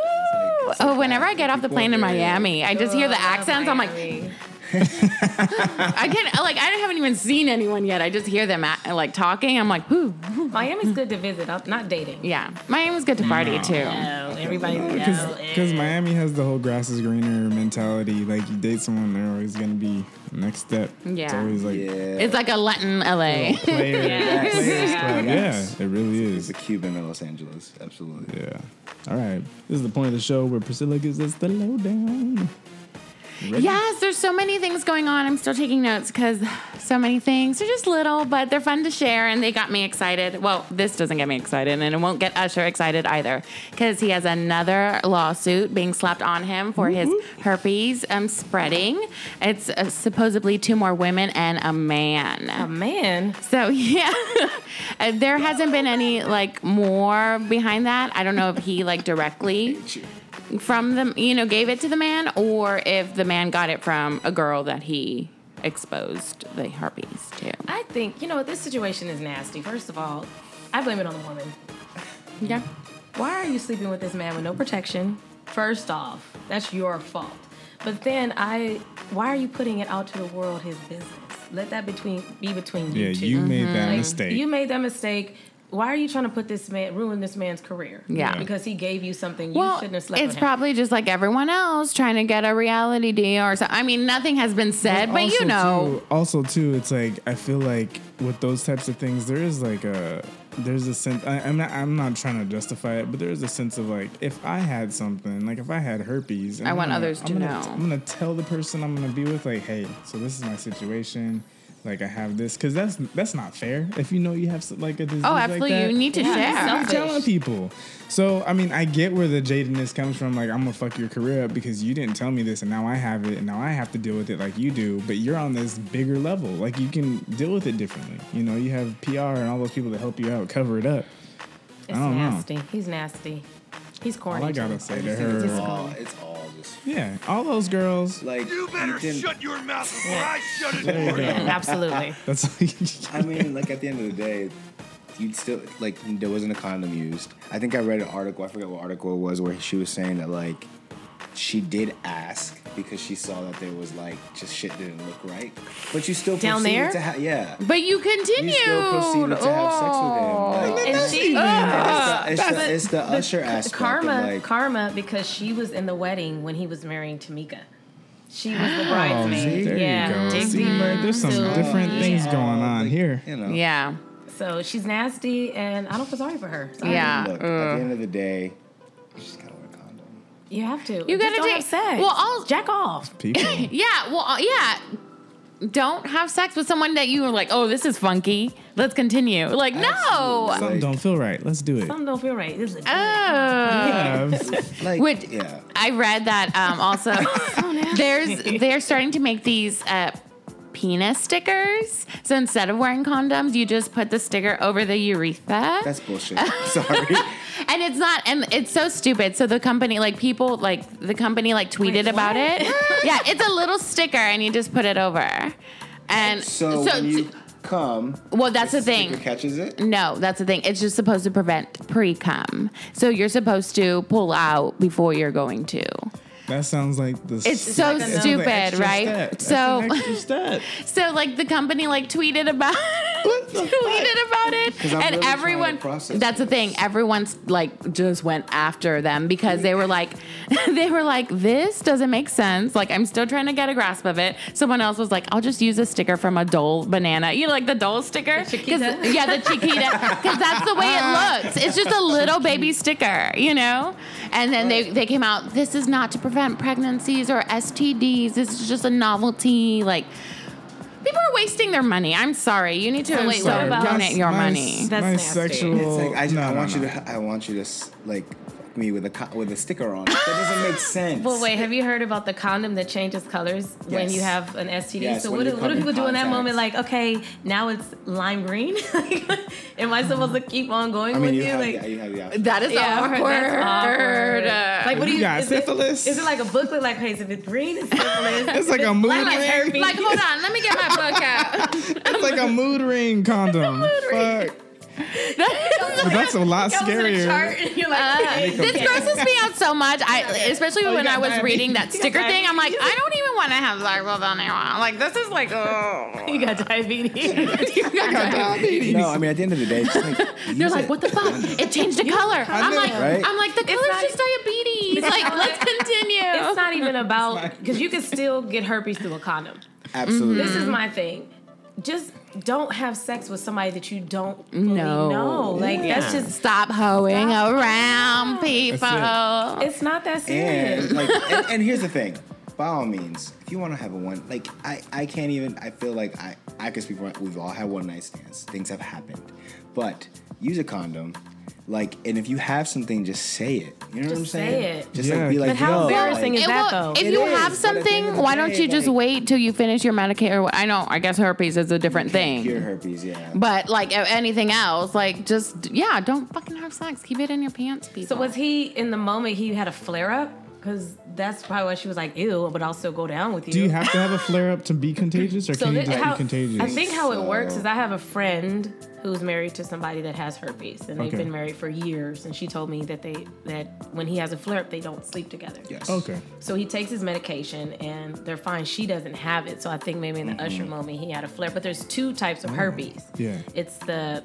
S2: oh, whenever I get off the
S3: people
S2: plane in
S3: are very, like,
S2: Miami, I just hear the
S4: Oh,
S2: accents. I'm like,
S4: Miami.
S2: I can't, like, I haven't even seen anyone yet. I just hear them, at, like, talking. I'm like, ooh,
S4: Miami's good to visit. I'm not dating.
S2: yeah. Miami was good to party, too.
S4: No, everybody's no.
S1: Because
S4: eh.
S1: Miami has the whole grass is greener mentality. Like, you date someone, they're always going to be next step. It's
S2: Yeah.
S1: always like
S3: Yeah.
S2: It's like a Latin LA.
S1: player.
S4: Yes.
S1: players
S4: Yeah.
S1: club.
S3: Yes.
S1: Yeah, it really
S3: It's
S1: is.
S3: a Cuban in Los Angeles. Absolutely.
S1: Yeah. All right. This is the point of the show where Priscilla gives us the lowdown. Ready?
S2: Yes, there's so many things going on. I'm still taking notes because so many things. They're just little, but they're fun to share and they got me excited. Well, this doesn't get me excited and it won't get Usher excited either because he has another lawsuit being slapped on him for his herpes um, spreading. It's uh, supposedly two more women and a man.
S4: A man.
S2: So yeah, Uh, there hasn't been any like more behind that. I don't know if he like directly from the you know gave it to the man or if the man got it from a girl that he exposed the herpes to.
S4: I think, you know, this situation is nasty. First of all, I blame it on the woman.
S2: Yeah.
S4: Why are you sleeping with this man with no protection? First off, that's your fault. But then I, why are you putting it out to the world his business? Let that between be between you
S1: Yeah,
S4: two.
S1: you made that
S4: Like,
S1: mistake.
S4: Mm-hmm. You made that mistake. Why are you trying to put this man ruin this man's career?
S2: Yeah.
S4: because he gave you something you
S2: Well,
S4: shouldn't have
S2: it's
S4: slept with him.
S2: probably just like everyone else trying to get a reality deal or so. I mean, nothing has been said, but you
S1: Also,
S2: know,
S1: too- also too, it's like I feel like with those types of things, there is like a there's a sense. I, I'm not I'm not trying to justify it, but there is a sense of like if I had something, like if I had herpes, and
S2: I
S1: I'm
S2: want
S1: gonna-
S2: others to
S1: I'm gonna-
S2: know.
S1: I'm gonna tell the person I'm gonna be with, like, hey, so this is my situation. Like I have this, because that's that's not fair. If you know you have some- like a disease,
S2: oh,
S1: like
S2: absolutely,
S1: that,
S2: you need to
S4: Yeah,
S2: share.
S4: self-
S1: I'm telling people. So I mean, I get where the jadedness comes from. Like, I'm gonna fuck your career up because you didn't tell me this, and now I have it, and now I have to deal with it like you do. But you're on this bigger level. Like, you can deal with it differently. You know, you have PR and all those people that help you out, cover it up.
S4: It's
S1: I don't know.
S4: nasty. He's nasty. He's corny.
S1: All I gotta
S4: too.
S1: say to
S3: It's
S1: her,
S3: all, it's all just
S1: yeah, all those girls.
S3: like
S5: You better
S3: didn't-
S5: shut your mouth before I shut it.
S1: There you go.
S4: Absolutely.
S1: That's
S3: I mean, like at the end of the day, you'd still like there wasn't a condom used. I think I read an article. I forget what article it was where she was saying that like she did ask because she saw that there was like just shit didn't look right. But you still
S4: Down
S3: proceeded
S4: there?
S3: to ha- yeah.
S2: but you continued.
S3: You still proceeded to have sex with
S2: Oh.
S3: him. Like,
S4: And she,
S3: it's, the, it's, the, it's the usher aspect. of,
S4: karma,
S3: like,
S4: karma, because she was in the wedding when he was marrying Tamika. She was
S3: Oh,
S4: the bridesmaid.
S1: there
S4: yeah,
S1: you go.
S4: dig
S1: See,
S4: deeper.
S1: there's some
S4: So-
S1: different things going on here.
S3: you know.
S2: Yeah.
S4: So she's nasty, and I don't feel sorry for her. Sorry.
S2: Yeah.
S3: Look, at the end of the day, you just gotta wear a condom.
S4: you have to.
S2: You
S4: Just
S2: gotta
S4: don't
S2: take-
S4: have sex.
S2: well, I'll-
S4: jack off.
S1: People.
S2: Yeah, well, uh, yeah. Don't have sex with someone that you were like, oh, this is funky. Let's continue. Like, no.
S1: Something don't feel right. Let's do it.
S4: Something don't feel right. This
S2: Oh.
S4: is
S1: Yeah.
S3: Like,
S2: Which-
S3: yeah.
S2: I read that um, also.
S3: Oh,
S2: there's they're starting to make these uh, penis stickers. So instead of wearing condoms, you just put the sticker over the urethra.
S3: That's bullshit. Sorry.
S2: and it's not and it's so stupid so the company like people like the company like tweeted
S4: Wait,
S2: about it
S4: what?
S2: yeah it's a little sticker and you just put it over and
S3: So, when you come,
S2: well that's the
S3: the
S2: thing
S3: sticker catches it.
S2: no that's the thing it's just supposed to prevent pre-cum so you're supposed to pull out before you're going to
S1: That sounds like the.
S2: It's so
S1: that's an
S2: stupid,
S1: extra
S2: right?
S1: step. That's
S2: So-
S1: an extra step.
S2: so like the company like tweeted about tweeted about it,
S3: 'Cause I'm
S2: and
S3: really trying to
S2: everyone.
S3: process
S2: That's the thing. Everyone's like just went after them because they were like, they were like, this doesn't make sense. Like I'm still trying to get a grasp of it. Someone else was like, I'll just use a sticker from a Dole banana. You know, like the Dole sticker,
S4: The Chiquita?
S2: 'Cause- yeah, the Chiquita, because that's the way
S3: Ah.
S2: it looks. It's just a little baby sticker, you know. And then they they came out. This is not to prevent pregnancies or STDs. This is just a novelty, like. People are wasting their money. I'm sorry. You need to
S4: So wait, what
S2: sorry,
S4: about-
S2: donate your money.
S4: That's
S1: nice
S4: nasty.
S1: sexual.
S3: It's like I, just,
S1: no,
S3: I
S1: no,
S3: want
S1: no.
S3: you to I want you to s- like fuck me with a co- with a sticker on. it. That doesn't make sense.
S4: Well, wait. Have you heard about the condom that changes colors when
S3: Yes.
S4: you have an STD?
S3: Yes,
S4: so
S3: when
S4: what
S3: you
S4: do, what do
S3: come in
S4: people do in that
S3: contact.
S4: moment? Like, okay, now it's lime green. Am I supposed to keep on going
S3: I
S4: with
S3: mean, you
S4: you?
S3: have,
S4: Like,
S3: yeah, you have the option.
S2: That is
S4: Yeah, I've heard that's
S2: awkward.
S4: like, what do
S1: You
S4: you?
S1: got
S4: is it-
S1: syphilis?
S4: Is it like a booklet? Like, hey, if it's green, it's syphilis.
S1: It's like a mood
S4: black, it's
S1: ring.
S4: herpes.
S2: Like, hold on, let me get my book out.
S1: It's like a mood ring condom. Fuck. But that's a lot
S4: Comes in a
S1: scarier.
S4: chart, and you're like, okay.
S2: Uh, this grosses me out so much. I, especially
S1: you
S2: when
S1: got
S2: I was
S1: diabetes.
S2: reading that sticker thing, I'm like, I don't even want to have sex with anyone. Like, this is like, oh.
S4: you got diabetes.
S1: Diabetes.
S3: No, I mean at the end of the day, just like,
S2: They're
S3: use
S2: like,
S3: it.
S2: what the fuck? It changed the color. I'm
S1: know,
S2: like,
S3: right?
S2: I'm like, the color's
S4: not-
S2: just diabetes. Like, let's
S4: It's
S2: continue.
S4: not even about because you can still get herpes through a condom.
S3: Absolutely.
S4: This is my thing. Just don't have sex with somebody that you don't fully
S2: No.
S4: know. Like that's
S2: Yeah.
S4: just
S2: Stop hoeing
S4: Stop.
S2: around
S1: That's
S2: people.
S4: it's not that serious.
S3: And like, and, and here's the thing. By all means, if you want to have a one, like I, I can't even. I feel like I, I can speak for. We've all had one night stands. Things have happened, but use a condom. Like, and if you have something, just say it. You know what I'm
S4: Just say
S3: saying?
S4: it.
S3: Just
S1: Yeah.
S3: like be like,
S4: But how
S3: yo,
S4: embarrassing
S3: like,
S4: is that, though?
S2: If
S3: It
S2: you
S3: is,
S2: have
S3: but at the end
S2: something,
S3: of the
S2: why don't
S3: day,
S2: you just
S3: like-
S2: wait till you finish your medication? Or I know, I guess herpes is a different thing.
S3: Cure herpes, yeah.
S2: But like a- anything else, like just yeah, don't fucking have sex. Keep it in your pants, people.
S4: So was he in the moment he had a flare up? Because that's probably why she was like, ew, but I'll still go down with you.
S1: Do you have to have a flare up to be contagious, or
S4: so
S1: can you
S4: that-
S1: just
S4: how-
S1: be contagious?
S4: I think how it works
S3: So-
S4: is I have a friend who's married to somebody that has herpes, and they've
S1: Okay.
S4: been married for years. And she told me that they that when he has a flare up, they don't sleep together.
S3: yes.
S1: okay.
S4: So he takes his medication and they're fine. She doesn't have it. So I think maybe in the usher moment he had a flare. But there's two types of herpes.
S1: Mm-hmm. Yeah.
S4: It's the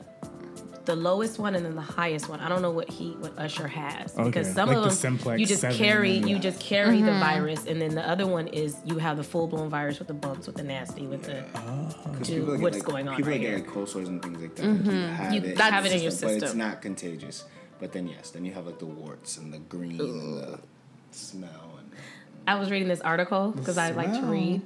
S4: the lowest one and then the highest one. I don't know what he what Usher has
S1: Okay.
S4: because some
S1: Like
S4: of
S1: the
S4: them
S1: Simplex
S4: you just
S1: seven
S4: carry
S1: and-
S4: you just carry the virus and then the other one is you have the full blown virus with the bumps with the nasty with the
S1: Oh.
S3: People that
S4: to
S3: get,
S4: what's
S3: like-
S4: going on
S3: People
S4: right
S3: that
S4: here.
S3: get like cold sores and things like that.
S4: Mm-hmm.
S3: like, You have
S4: You
S3: it,
S4: that's- have it in your
S3: but it's
S4: system.
S3: not contagious. But then yes, then you have like the warts and the green and the smell and.
S4: I was reading this article because I like to read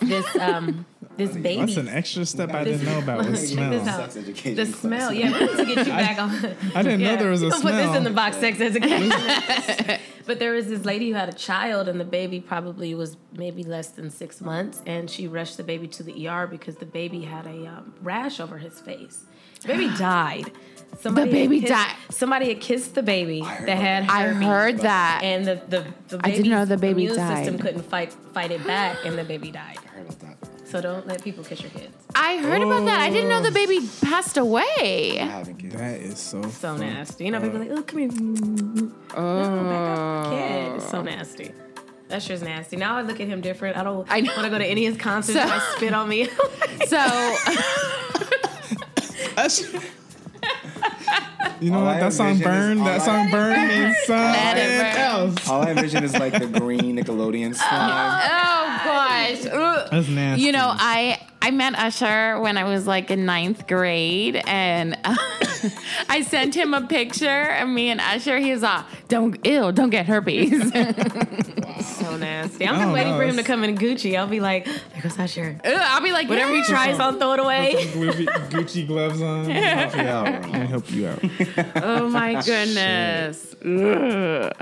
S4: this um this baby
S1: That's an extra step I didn't know about. with
S4: Check this
S1: smell.
S4: out.
S3: Sex education
S4: The
S3: class.
S4: smell, yeah, we need to get you back on.
S1: I didn't know
S4: Yeah.
S1: there was a
S4: Don't Put this
S1: smell.
S4: in the box, sex education. but there was this lady who had a child, and the baby probably was maybe less than six months, and she rushed the baby to the ER because the baby had a um, rash over his face. The baby died. Somebody had
S2: baby
S4: kissed-
S2: died.
S4: Somebody had kissed the baby
S3: heard
S4: that had
S2: I
S4: herpes,
S2: heard that.
S4: and the the, the
S2: I didn't know
S4: baby's
S2: the baby
S4: immune system
S2: died.
S4: couldn't fight fight it back, and the baby died.
S3: I heard about that.
S4: So don't let people kiss your kids.
S2: I heard about that. I didn't know the baby passed
S3: I
S2: away.
S3: haven't kids.
S1: That is so.
S4: So
S1: fucked
S4: nasty. You know, people
S1: up.
S4: are like, oh, come here. Oh, back up. Kid. It's so nasty. That's just nasty. Now I look at him different. I don't
S2: I
S4: I
S2: know.
S4: want to go to any of his concerts.
S2: So-
S4: and I spit on me.
S2: So
S1: You know
S3: All
S1: what?
S3: I
S1: That song
S3: envision is-
S1: "Burn."
S3: all
S1: That
S3: I-
S1: song "Burn" means
S2: Let it burn.
S1: something else.
S3: All I envision is like the green Nickelodeon slime.
S2: Oh gosh. Ugh.
S1: That's nasty.
S2: You know, I I met Usher when I was like in ninth grade, and uh, I sent him a picture of me and Usher. He's all, "Don't ill, don't get herpes." Ugh,
S4: so nasty. I'm
S1: I
S4: just
S1: don't
S4: waiting
S1: know.
S4: for him to come in Gucci. I'll be like, there goes Usher.
S2: I'll be like,
S4: Whatever he
S2: "Yeah."
S4: tries, I'll throw it away.
S1: Gucci, Gucci gloves on.
S3: Help me out, bro.
S1: I help you out.
S2: Oh my goodness. Ugh.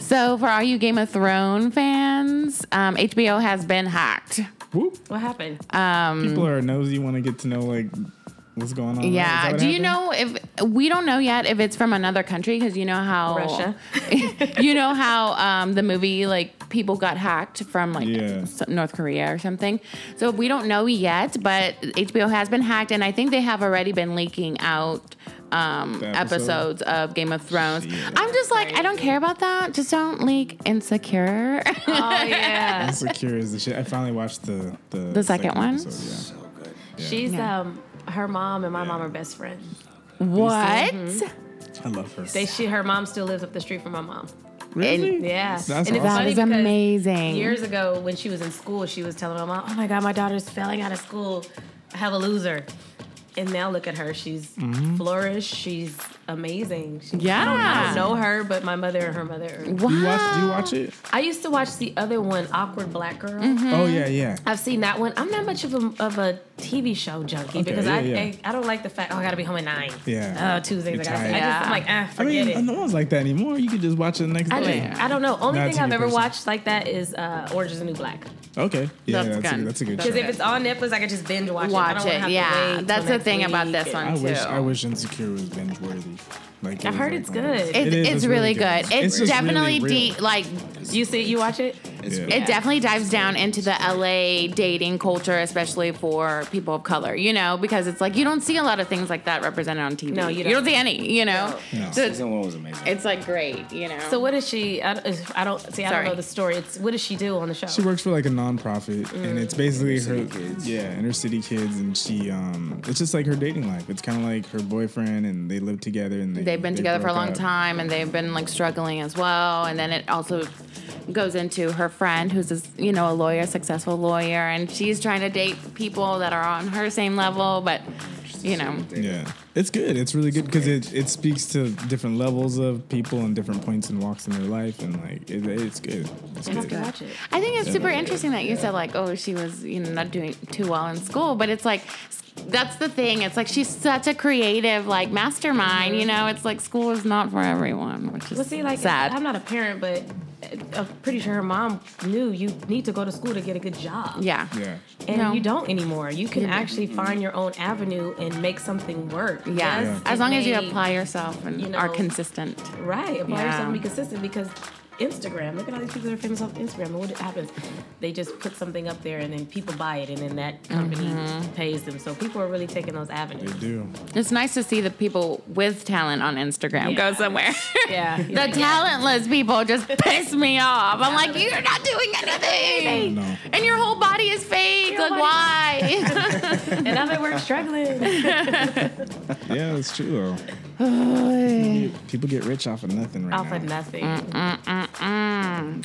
S2: So for all you Game of Thrones fans, um, HBO has been hacked.
S1: Whoop.
S4: What happened?
S1: People are nosy. Want to get to know like what's going on. right? Is that
S2: Yeah.
S1: what
S2: Do you
S1: happened?
S2: know if we don't know yet if it's from another country because you know how
S4: Russia.
S2: you know how um, the movie like people got hacked from like
S1: Yeah.
S2: s- North Korea or something. So we don't know yet, but HBO has been hacked, and I think they have already been leaking out um,
S1: The
S2: episodes
S1: episode?
S2: of Game of Thrones.
S1: Shit.
S2: I'm just like, I don't care about that. Just don't leak Insecure.
S4: Oh, yeah.
S1: Insecure is the shit. I finally watched the the,
S2: The second one?
S1: episode,
S3: So good.
S4: She's,
S2: Yeah.
S4: um, her mom and my mom are best friends.
S2: What?
S4: Mm-hmm.
S1: I love her.
S4: They she her mom still lives up the street from my mom.
S1: really?
S4: Yeah,
S1: That's
S4: and it's
S1: awesome.
S4: funny
S2: That is
S4: because
S2: amazing.
S4: Years ago, when she was in school, she was telling my mom, "Oh my God, my daughter's failing out of school. I have a loser." And now look at her. She's
S1: Mm-hmm.
S4: flourished. She's amazing. She, I
S2: Yeah.
S4: don't know her, but my mother and her mother. Are.
S2: Wow.
S1: Do you watch? Do you watch it?
S4: I used to watch the other one, Awkward Black Girl.
S2: Hmm.
S1: Oh yeah, yeah.
S4: I've seen that one. I'm not much of a, of a TV show junkie because
S1: yeah,
S4: I,
S1: yeah.
S4: I I don't like the fact oh I gotta be home at nine.
S1: Yeah.
S4: Oh Tuesdays
S1: You're
S4: I gotta. I
S1: tired.
S4: just I'm like ah
S1: I
S4: forget
S1: mean,
S4: it.
S1: no one's like that anymore. You could just watch it the next
S4: I,
S1: day.
S4: just, I don't know. Only
S1: Not a
S4: thing I've
S1: TV
S4: ever
S1: person.
S4: watched like that is uh, Orange is the New Black.
S1: Okay. Yeah,
S2: That's
S1: that's, a,
S2: good.
S1: that's a good
S2: That's
S1: show.
S4: Because if it's on Netflix, I could just binge watch, it. I
S2: Watch
S4: don't wanna have
S2: it.
S4: to
S2: Yeah.
S4: wait
S2: That's
S4: till
S2: the thing
S4: next
S2: about
S4: week
S2: this
S4: and-
S2: one
S1: I
S2: too.
S1: wish I wish Insecure was binge worthy. Like it
S4: I've
S1: was,
S4: heard
S1: like,
S4: it's
S1: one of those-
S4: good.
S2: It-
S1: It is,
S2: it's, really good. It
S1: It's just
S2: definitely
S1: really real.
S2: de- like
S4: You see, you watch it.
S1: Yeah.
S2: it definitely dives down into the LA dating culture, especially for people of color. You know, because it's like you don't see a lot of things like that represented on TV.
S4: No, you
S2: You
S4: don't.
S2: don't see any. You know,
S1: No.
S2: so it's,
S3: Season one was amazing.
S2: it's like great. You know,
S4: So what is she? I don't, I don't see. I
S2: Sorry.
S4: don't know the story. It's what does she do on the show?
S1: She works for like a nonprofit, and it's basically
S3: Inner
S1: her
S3: city kids.
S1: yeah inner city kids, and she um it's just like her dating life. It's kind of like her boyfriend, and they live together, and they,
S2: they've been
S1: they
S2: together for a
S1: broke
S2: long
S1: up.
S2: time and they've been like struggling as well and then it also goes into her friend who's a, you know a lawyer successful lawyer and she's trying to date people that are on her same level but you know
S1: Yeah, it's good. It's really good because it, it speaks to different levels of people and different points and walks in their life, and like it, it's good. It's
S4: I have
S1: good.
S4: to watch it.
S2: I think it's super interesting that you said like, oh, she was you know not doing too well in school, but it's like s- that's the thing. It's like she's such a creative like mastermind. You know, it's like school is not for everyone, which is
S4: Well, see, like
S2: sad.
S4: I'm not a parent, but uh, I'm pretty sure her mom knew you need to go to school to get a good job.
S2: yeah.
S1: Yeah,
S4: And
S2: No.
S4: you don't anymore. You can actually find your own avenue and make something work.
S2: Yeah.
S4: Yes,
S2: As
S4: it
S2: long as you
S4: may-
S2: apply yourself and
S4: you know,
S2: are consistent.
S4: Right. Apply
S2: Yeah.
S4: yourself and be consistent because Instagram, look at all these people that are famous off Instagram. And what happens? They just put something up there and then people buy it and then that company pays them. So people are really taking those
S1: they
S4: avenues.
S1: do.
S2: It's nice to see the people with talent on Instagram
S4: Yeah.
S2: go somewhere.
S4: Yeah.
S2: the talentless people just piss me off. I'm like, you're not doing anything.
S1: No.
S2: And your whole body is fake. like,
S4: Your body-
S2: why?
S4: And I'm at work struggling.
S1: Yeah, it's true though. People get- People get rich off of nothing right
S4: off
S1: now.
S4: of nothing.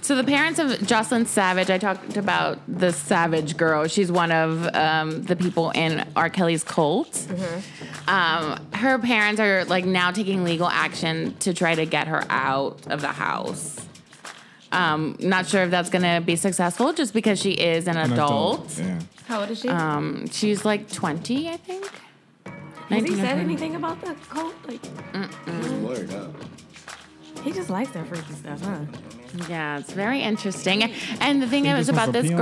S2: So the parents of Jocelyn Savage, I talked about the Savage girl. She's one of um, the people in R. Kelly's cult. Um, her parents are like now taking legal action to try to get her out of the house. Um, not sure if that's gonna be successful, just because she is an,
S1: An
S2: adult.
S1: Yeah.
S4: How old is she?
S2: She's like twenty, I think.
S4: Has he
S2: 19 or
S4: said
S2: 20.
S4: anything about the cult? Like,
S3: blurred up.
S4: he just likes that freaky stuff, huh?
S2: Yeah, it's very interesting. And the thing is
S1: Just wants to
S2: about this
S1: pee on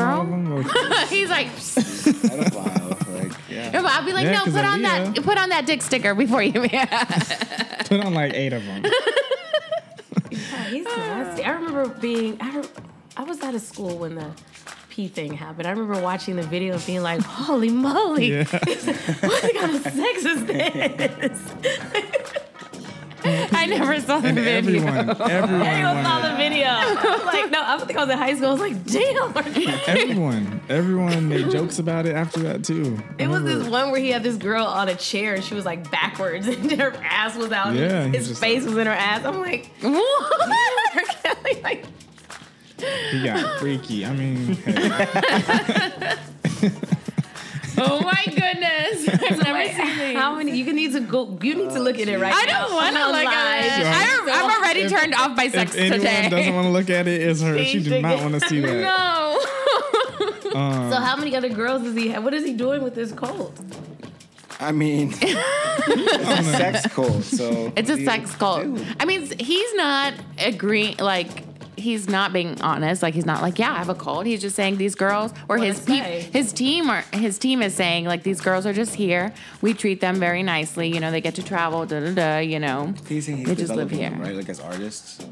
S1: all of
S2: girl,
S1: them, like-
S2: he's like.
S3: Pedophile, like yeah.
S2: I'll be like,
S1: Yeah,
S2: no,
S1: 'cause
S2: put on
S1: Aaliyah-
S2: that, put on that dick sticker before you.
S1: Put on like eight of them.
S4: Yeah, he's nasty. Ah. I remember being, I, re- I was out of school when the pee thing happened. I remember watching the video and being like, holy moly,
S1: Yeah.
S4: what kind of sex is this?
S2: I never saw the
S1: And
S2: video.
S1: everyone, everyone,
S4: Everyone saw
S1: wanted,
S4: the video. like, no, I think I was in high school. I was like, damn.
S1: everyone, everyone made jokes about it after that too.
S4: It was this
S1: Remember-
S4: one where he had this girl on a chair and she was like backwards and her ass was out. and
S1: Yeah, he was
S4: his
S1: just
S4: face was in her ass. I'm like,
S2: What?
S4: R. Kelly, like,
S1: He got freaky. I mean, hey,
S2: oh my goodness! I've never
S4: Wait,
S2: seen these.
S4: How many? You can need to go. You need to look at it right
S2: I
S4: now.
S2: don't want to
S4: I'm
S2: look at
S4: live.
S2: it. I, I'm already turned off by sex
S1: if anyone
S2: today.
S1: doesn't want to look at it, it's her. She
S4: She's
S1: did not
S4: thinking-
S1: want to see that. Um,
S2: no. Oh.
S4: So how many other girls does he have? What is he doing with this cult?
S3: I mean, it's a sex cult, so
S2: It's a
S3: you-
S2: sex cult. I mean, he's not agreeing. Like, he's not being honest. Like, he's not like, yeah, I have a cult. He's just saying these girls or
S4: Wanna
S2: his pe-
S4: stay.
S2: his team or his team is saying like these girls are just here. We treat them very nicely. You know, they get to travel. Da da da. You know.
S3: He's saying he's
S2: They just live
S3: developing them,
S2: here.
S3: right? Like as artists,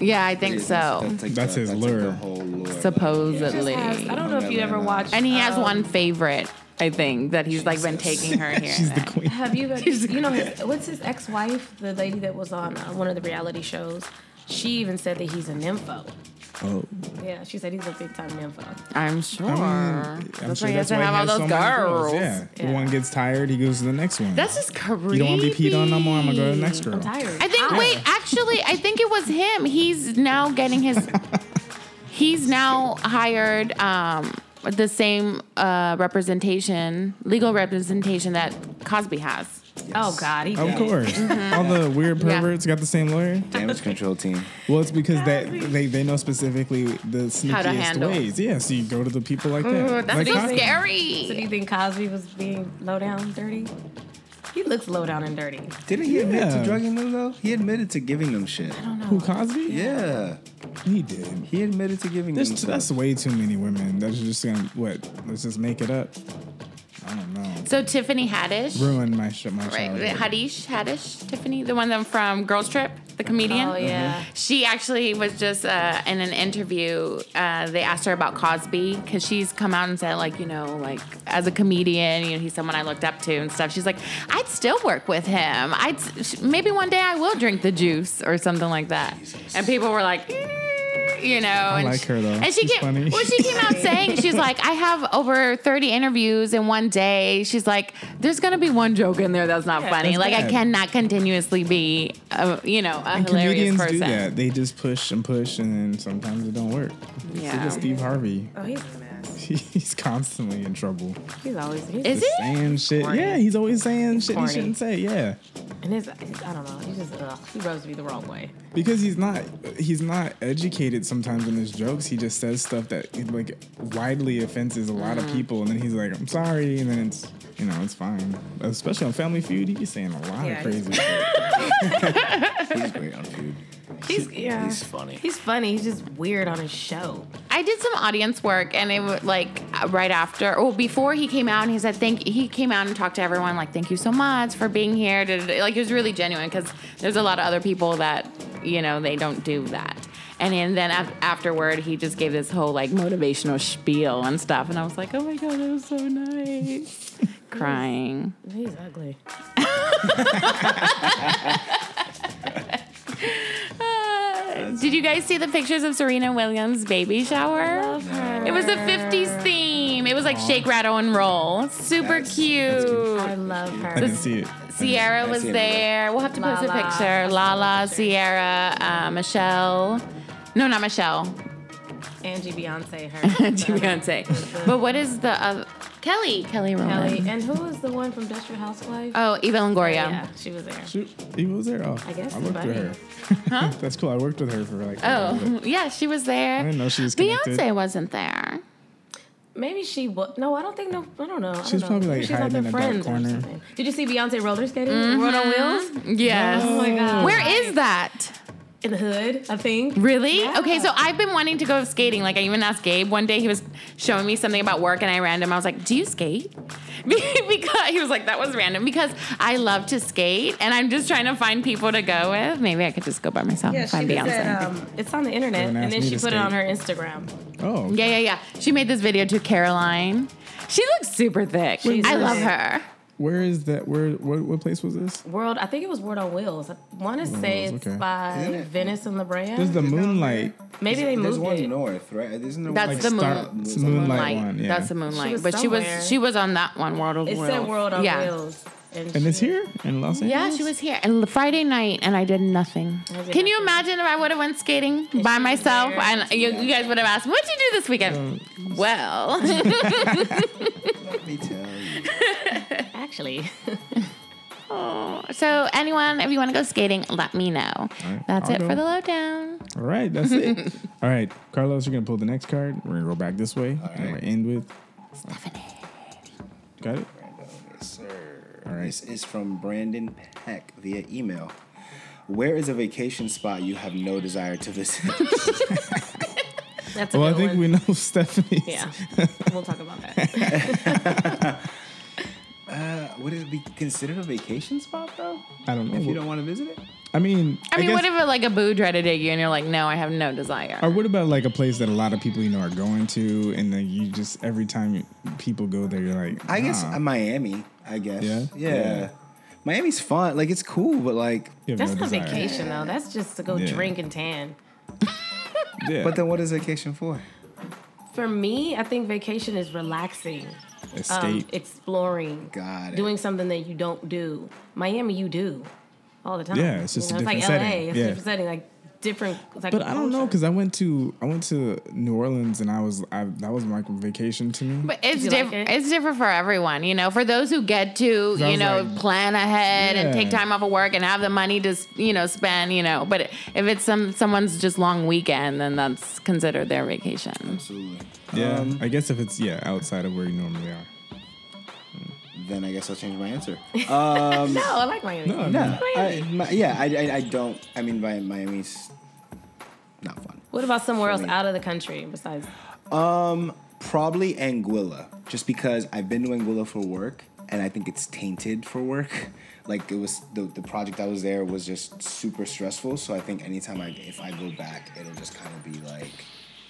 S2: Yeah, I think
S3: It's-
S2: so.
S3: like
S1: That's
S3: the-
S1: his
S3: like the
S1: lure.
S3: whole lure. like,
S2: Supposedly.
S4: I don't know if you ever watched.
S2: And he has
S4: um,
S2: one favorite, I think, that he's like been taking her here.
S1: She's the queen.
S4: Have you? ever- You know, his, what's his ex-wife? The lady that was on uh, one of the reality shows. She even said that he's a nympho.
S1: Oh,
S4: Yeah, she said he's a big time nympho.
S2: I'm sure.
S1: I mean, I'm
S2: that's
S1: sure
S2: why you
S1: that's
S2: have to
S1: why he
S2: have all
S1: has
S2: those
S1: so many
S2: girls.
S1: girls. Yeah.
S4: Yeah.
S1: one gets tired, he goes to the next one.
S2: That's just creepy.
S1: you don't want to be peed on no more. I'm gonna go to the next girl.
S4: I'm tired.
S2: I think.
S4: Ow.
S2: Wait, actually, I think it was him. He's now getting his. he's now hired um, the same uh, representation, legal representation that Cosby has.
S4: Oh God, he
S1: Of
S4: did.
S1: course, all the weird
S2: Yeah.
S1: perverts got the same lawyer.
S3: Damage control team.
S1: Well, it's because that they, they know specifically the sneakiest
S2: handle.
S1: ways. Yeah, so you go to the people like that.
S2: Ooh, that's
S1: like
S2: so
S1: Cosby.
S4: So do
S2: scary.
S4: you think Cosby was being low down, dirty? He looks low down and dirty.
S3: Didn't he admit
S1: Yeah.
S3: to drugging them though? He admitted to giving them shit.
S4: I don't know.
S1: Who Cosby?
S3: Yeah,
S1: he did.
S3: he admitted to giving
S1: There's
S3: them.
S1: t-
S3: stuff.
S1: that's way too many women. That's just gonna what? Let's just make it up. I don't know.
S2: So Tiffany Haddish.
S1: Ruin my shit. My
S2: Right,
S1: childhood.
S2: Hadish, Hadish, Tiffany, the one that from Girls Trip, the comedian.
S4: Oh yeah.
S2: She actually was just uh, in an interview. Uh, they asked her about Cosby because she's come out and said, like, you know, like as a comedian, you know, he's someone I looked up to and stuff. She's like, I'd still work with him. I'd sh- maybe one day I will drink the juice or something like that. And people were like. "Eh," You know, I and
S1: like
S2: she,
S1: her, though.
S2: And she
S1: She's
S2: came.
S1: funny.
S2: Well, she came out saying she's like, I have over thirty interviews in one day. She's like, there's gonna be one joke in there that's not funny.
S1: that's
S2: like I
S1: bad.
S2: cannot continuously be, a, you know, a
S1: And
S2: hilarious
S1: comedians
S2: person.
S1: do that. They just push and push, and then sometimes it don't work.
S2: Yeah.
S1: Look at Steve Harvey.
S4: Oh, he's a mess.
S1: He's constantly in trouble.
S4: He's always. He's,
S2: Is
S1: Just
S2: he?
S1: saying shit.
S4: Corny.
S1: Yeah, he's always saying shit
S4: Corny.
S1: he shouldn't say. Yeah,
S4: and his, his- I don't know. He just. Ugh, he rubs me the wrong way.
S1: because he's not he's not educated sometimes in his jokes. He just says stuff that like widely offenses a lot of people, and then he's like, "I'm sorry," and then it's you know it's fine. Especially on Family Feud, he's saying a lot
S4: Yeah,
S1: of
S4: he's-
S1: crazy. shit.
S3: He's great on food.
S4: He's yeah.
S3: He's funny.
S4: He's funny. He's just weird on his show.
S2: I did some audience work, and it was like right after, or before he came out, and he said, "Thank." He came out and talked to everyone, like, "Thank you so much for being here." da, da, da." Like, he was really genuine because there's a lot of other people that you know they don't do that. And, and then af- afterward, he just gave this whole like motivational spiel and stuff, and I was like, "Oh my god, that was so nice." Crying.
S4: He's ugly.
S2: Uh, did you guys see the pictures of Serena Williams' baby shower?
S4: Love her.
S2: It was a 50s theme. It was like shake, rattle, and roll. Super
S3: That's- that's
S2: cute.
S4: I love
S1: I
S4: her.
S1: didn't see it.
S2: Sierra
S3: I
S2: was
S3: see it, but-
S2: there. We'll have to post a
S4: Lala.
S2: picture. Lala, Sierra, uh, Michelle. No, not Michelle.
S4: Angie Beyonce. Her.
S2: To Beyonce. But what is the other? Kelly. Kelly Rowland.
S4: Kelly. And who was the one from Desperate Housewives?
S2: Oh, Eva Longoria.
S4: yeah, she was there.
S1: Shoot, he was there. Oh,
S4: I guess
S1: I worked
S4: somebody-
S1: with her. That's cool. I worked with her for like. a little
S2: Oh,
S1: bit.
S2: yeah, she was there.
S1: I didn't know she was connected.
S2: Beyonce wasn't there.
S4: Maybe she was. No, I don't think. No, I don't know. I don't
S1: She's
S4: know.
S1: probably, like,
S4: Maybe she's out
S1: hiding in
S4: there
S1: a dark
S4: friends or
S1: corner.
S4: something. Did you see Beyonce roller skating?
S2: Mm-hmm.
S4: World on wheels.
S2: Yes.
S4: Oh my god.
S2: Where is that?
S4: in the hood? I think.
S2: Really?
S4: Yeah.
S2: Okay, so I've been wanting to go skating. Like I even asked Gabe one day. He was showing me something about work, and I random. I was like, "Do you skate?" because he was like, "That was random." Because I love to skate, and I'm just trying to find people to go with. Maybe I could just go by myself
S4: Yeah,
S2: and
S4: she
S2: find Beyonce.
S4: just said um, it's on the internet,
S1: Don't ask
S4: and then
S1: me
S4: she
S1: to
S4: put it on her
S1: skate.
S4: Instagram.
S1: Oh.
S2: yeah, yeah, yeah. She made this video to Caroline. She looks super thick.
S4: She's
S2: I love
S4: thick.
S2: her.
S1: Where is that? Where? What, what place was this?
S4: World, I think it was World on Wheels. I want to say
S1: Wheels,
S4: it's
S1: okay.
S4: by
S3: Isn't it-
S4: Venice and La Brea.
S1: There's the moonlight.
S4: Maybe they
S3: There's
S4: moved
S3: one
S4: it.
S3: north, right? Isn't there
S2: That's
S3: one
S2: the moon.
S1: Star- it's moonlight one. Yeah.
S2: That's the moonlight.
S4: was
S2: but she
S4: somewhere.
S2: was she was on that one World of
S4: It
S2: Wheels.
S4: said World on
S2: yeah.
S4: Wheels.
S1: And it's
S4: she-
S1: here in Los Angeles.
S2: Yeah, she was here and Friday night, and I did nothing.
S4: I did
S2: Can you
S4: nothing.
S2: imagine if I would have went skating by
S4: she was
S2: myself?
S4: there. Mm.
S2: And you, you guys would have asked, "What'd you do this weekend?" well,
S3: Let me tell you.
S4: Actually,
S2: so anyone, if you want to go skating, let me know.
S1: right,
S2: That's
S1: I'll
S2: it
S1: go.
S2: for the lowdown.
S1: All right, that's it. All right, Carlos, you're gonna pull the next card. We're gonna go back this way. And we're
S3: right.
S1: gonna end with Got it.
S3: Yes, sir.
S1: All right.
S3: This is from Brandon Peck via email. Where is a vacation spot you have no desire to visit?
S4: that's a
S1: Well, I
S4: good
S1: think
S4: one.
S1: we know Stephanie.
S4: yeah, we'll talk about that.
S3: Would it be considered a vacation spot though?
S1: I don't know.
S3: If you don't want to visit it?
S1: I mean,
S2: I mean,
S1: guess,
S2: what if like a boo tried to dig you, and you're like, "No, I have no desire."
S1: Or what about like a place that a lot of people you know are going to, and then you just every time you, people go there, you're like,
S3: I guess
S1: nah,
S3: uh, Miami, I guess.
S1: Yeah?
S3: yeah.
S1: Yeah.
S3: Miami's fun. Like it's cool, but like
S1: you have
S4: That's
S1: no
S4: not
S1: desire.
S4: vacation though. That's just to go
S1: Yeah.
S4: drink and tan.
S1: Yeah.
S3: But then what is vacation for?
S4: For me, I think vacation is relaxing, um,
S1: escape.
S4: exploring,
S3: Got it.
S4: doing something that you don't do. Miami, you do all the time.
S1: Yeah, it's just a
S4: it's like
S1: different
S4: LA.
S1: setting.
S4: It's
S1: Yeah.
S4: a different setting, like different. Like
S1: but I don't know
S4: culture.
S1: because I went to I went to New Orleans and I was I, that was like vacation to me.
S2: But it's
S4: you like
S2: different.
S4: it?
S2: It's different for everyone, you know. For those who get to,
S1: I
S2: you
S1: was
S2: know,
S1: like,
S2: plan ahead and take
S1: yeah.
S2: time off of work and have the money to, s- you know, spend, you know. But if it's some someone's just long weekend, then that's considered their vacation.
S3: Absolutely.
S1: yeah,
S3: Um,
S1: I guess if it's yeah outside of where you normally are.
S3: then I guess I'll change my answer.
S4: No, I like Miami.
S1: No,
S3: Yeah, I, my, yeah, I, I, I don't. I mean, Mi- Miami's not fun.
S4: What about somewhere else
S3: me.
S4: out of the country besides?
S3: Probably Anguilla, just because I've been to Anguilla for work, and I think it's tainted for work. Like it was the, the project I was there was just super stressful. So I think anytime I if I go back, it'll just kind of be like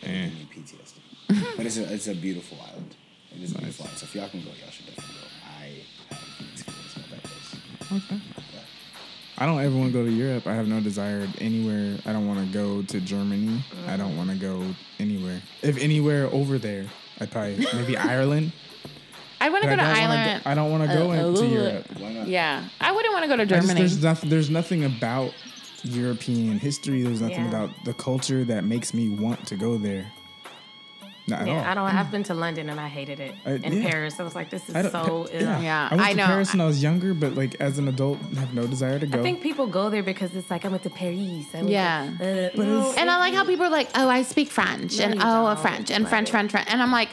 S3: it'll give me PTSD. but it's a, it's a beautiful island. It is a beautiful island. So if y'all can go, y'all should definitely go. I have experienced all that place.
S1: I don't ever want to go to Europe. I have no desire anywhere. I don't want to go to Germany. I don't want to go anywhere. If anywhere over there, I'd probably maybe Ireland.
S2: I want to
S1: But
S2: go to
S1: I don't wanna
S2: Ireland.
S1: go- I don't wanna
S2: Uh,
S1: go
S2: uh,
S1: into
S2: uh,
S1: Europe.
S3: Why not?
S2: Yeah, I wouldn't want to go to
S1: I just-
S2: Germany.
S1: there's nothing. There's nothing about European history. There's nothing
S4: Yeah.
S1: about the culture that makes me want to go there. Not
S4: Yeah, I
S1: at all.
S4: don't. I've been to London and I hated it.
S1: I-
S4: In
S1: Oh. Uh, yeah.
S4: Paris, I was like, this is
S1: I don't-
S4: so. ugh.
S2: Yeah,
S1: I went
S2: I
S1: to
S2: know.
S1: Paris when I was younger, but like as an adult, I have no desire to go.
S4: I think people go there because it's like I went to Paris. I went
S2: Yeah.
S4: to, uh, no.
S2: and I like how people are like, "Oh, I speak French," and
S4: you
S2: "Oh, a
S4: don't.
S2: French," and French, French, French, and I'm like,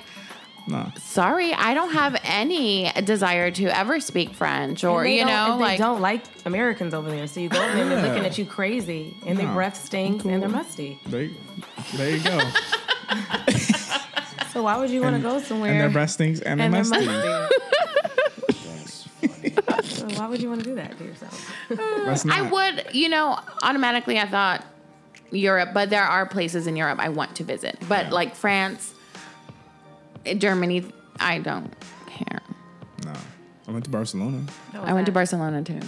S1: nah.
S2: "Sorry, I don't have any desire to ever speak French," or you
S4: They don't-
S2: know,
S4: and they
S2: like,
S4: don't like Americans over there. So you go over there and they're looking at you crazy, and their
S1: No.
S4: breath stinks
S1: Cool.
S4: and they're musty.
S1: There, there you go.
S4: So why would you want to
S1: And-
S4: go somewhere?
S1: and their breast stinks, and,
S4: and
S1: they
S4: they're
S1: must. be.
S4: musty.
S3: That's funny.
S4: so why would you want to do that to yourself?
S1: Let's
S2: I
S1: not-
S2: would, you know, automatically I thought Europe, but there are places in Europe I want to visit. But like France, Germany, I don't care.
S1: No, I went to Barcelona.
S2: I went to Barcelona too.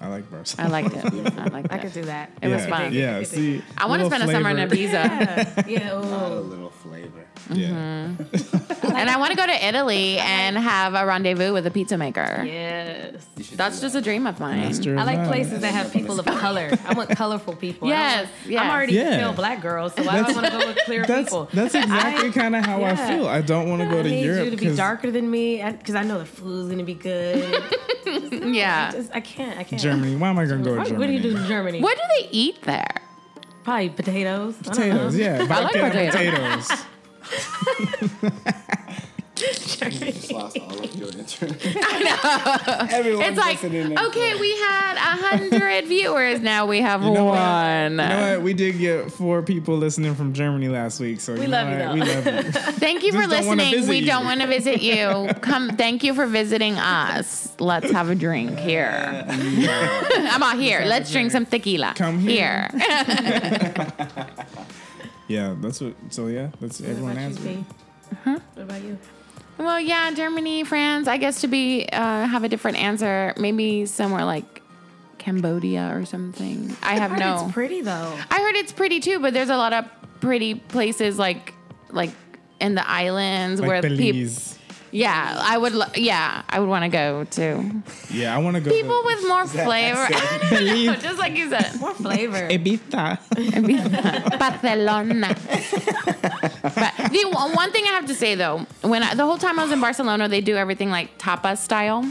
S1: I like Barcelona.
S2: I liked it. I liked it.
S4: I could do that.
S2: It was
S1: yeah,
S2: fun.
S1: Yeah,
S4: It's
S1: see,
S2: I want to
S1: little
S2: spend a summer in
S1: flavor.
S2: Ibiza,
S4: Yeah. yeah oh,
S3: a
S4: ooh.
S3: little flavor.
S1: Yeah,
S2: and I want to go to Italy and have a rendezvous with a pizza maker.
S4: Yes.
S3: You should
S2: That's
S3: do that.
S2: just a dream of mine.
S1: Master
S4: I
S1: of
S4: like
S1: none.
S4: places that have people of color. I want colorful people. I don't
S2: Yes,
S4: want-
S2: yes.
S4: I'm already
S1: Yeah.
S4: still black girl, so why do I want to go with clear
S1: That's
S4: people?
S1: that's exactly kind of how I
S4: yeah.
S1: feel. I don't want to go
S4: I
S1: to
S4: need
S1: Europe
S4: you to be
S1: 'cause
S4: darker than me because I know the food's gonna be good. I,
S2: Yeah.
S4: just, I can't. I can't.
S1: Germany. Why am I gonna go to
S4: What,
S1: Germany?
S4: what do you do in Germany?
S2: What do they eat there?
S4: Probably potatoes. I don't
S1: Potatoes,
S4: know.
S1: yeah.
S2: I like
S1: Vodka and
S2: potatoes.
S1: potatoes.
S3: Just lost all of your internet. Everyone
S2: It's like,
S3: listening in.
S2: okay, we had a hundred viewers. Now we have
S1: know what?
S2: one.
S1: You know what? We did get four people listening from Germany last week, so we you
S4: love you,
S1: know
S4: though.
S1: what? We love you.
S2: Thank you
S1: Just
S2: for
S1: don't wanna
S2: listening.
S1: visit
S2: We
S1: you.
S2: don't want to visit you. Come, thank you for visiting us. Let's have a drink here. I'm out here. Let's drink some tequila.
S1: Come here. yeah, that's what. So yeah, that's
S4: What
S1: everyone
S4: about you,
S1: answered.
S4: T? What about you?
S2: well, yeah, Germany, France. I guess to be uh, have a different answer. Maybe somewhere like Cambodia or something. I have
S4: Heard
S2: no.
S4: It's pretty though.
S2: I heard it's pretty too, but there's a lot of pretty places like like in the islands where
S1: Like
S2: people.
S1: Belize.
S2: Yeah, I would. Lo- yeah, I would want to go to
S1: Yeah, I want to go.
S2: people
S1: to
S2: with more flavor. No, just like you said.
S4: More flavor.
S1: Ibiza.
S2: Barcelona. but the one one thing I have to say though, when I, the whole time I was in Barcelona, they do everything like tapas style,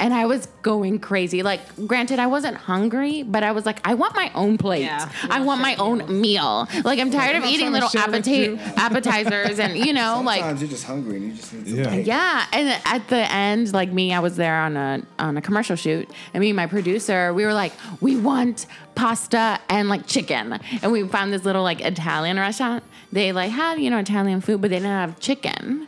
S2: and I was going crazy. Like, granted, I wasn't hungry, but I was like, I want my own plate.
S4: Yeah.
S2: I want my own meal. Like, I'm tired of eating
S1: trying to
S2: little
S1: share with
S2: appetite appetizers, and you know, like
S3: Sometimes you're just hungry and you just need
S1: Yeah.
S3: something.
S2: yeah, and at the end, like me, I was there on a on a commercial shoot, and me and my producer, we were like, we want pasta and like chicken, and we found this little like Italian restaurant. They like had you know Italian food, but they didn't have chicken.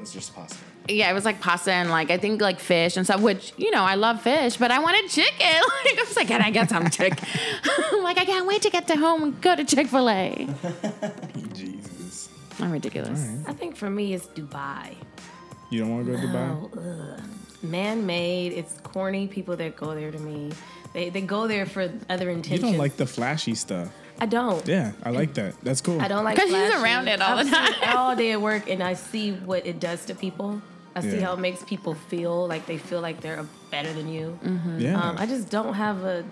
S3: It's just possible.
S2: Yeah, it was like pasta and like I think like fish and stuff. Which you know I love fish, but I wanted chicken. Like I was like, can I get some chicken? like I can't wait to get to home and go to Chick Fil A.
S1: Jesus,
S2: I'm ridiculous.
S4: I think for me it's Dubai.
S1: you don't want to go to Dubai?
S4: Oh, ugh. man-made. It's corny people that go there to me. They they go there for other
S1: You
S4: intentions.
S1: don't like the flashy stuff.
S4: I don't.
S1: Yeah, I like that. That's cool.
S4: I don't like
S2: Because he's
S4: flashy.
S2: around it all
S4: I've
S2: the time.
S4: seen all day at work, and I see what it does to people. I see
S1: Yeah.
S4: how it makes people feel like they feel like they're better than you.
S2: Mm-hmm.
S1: Yeah,
S4: Um, I just don't have a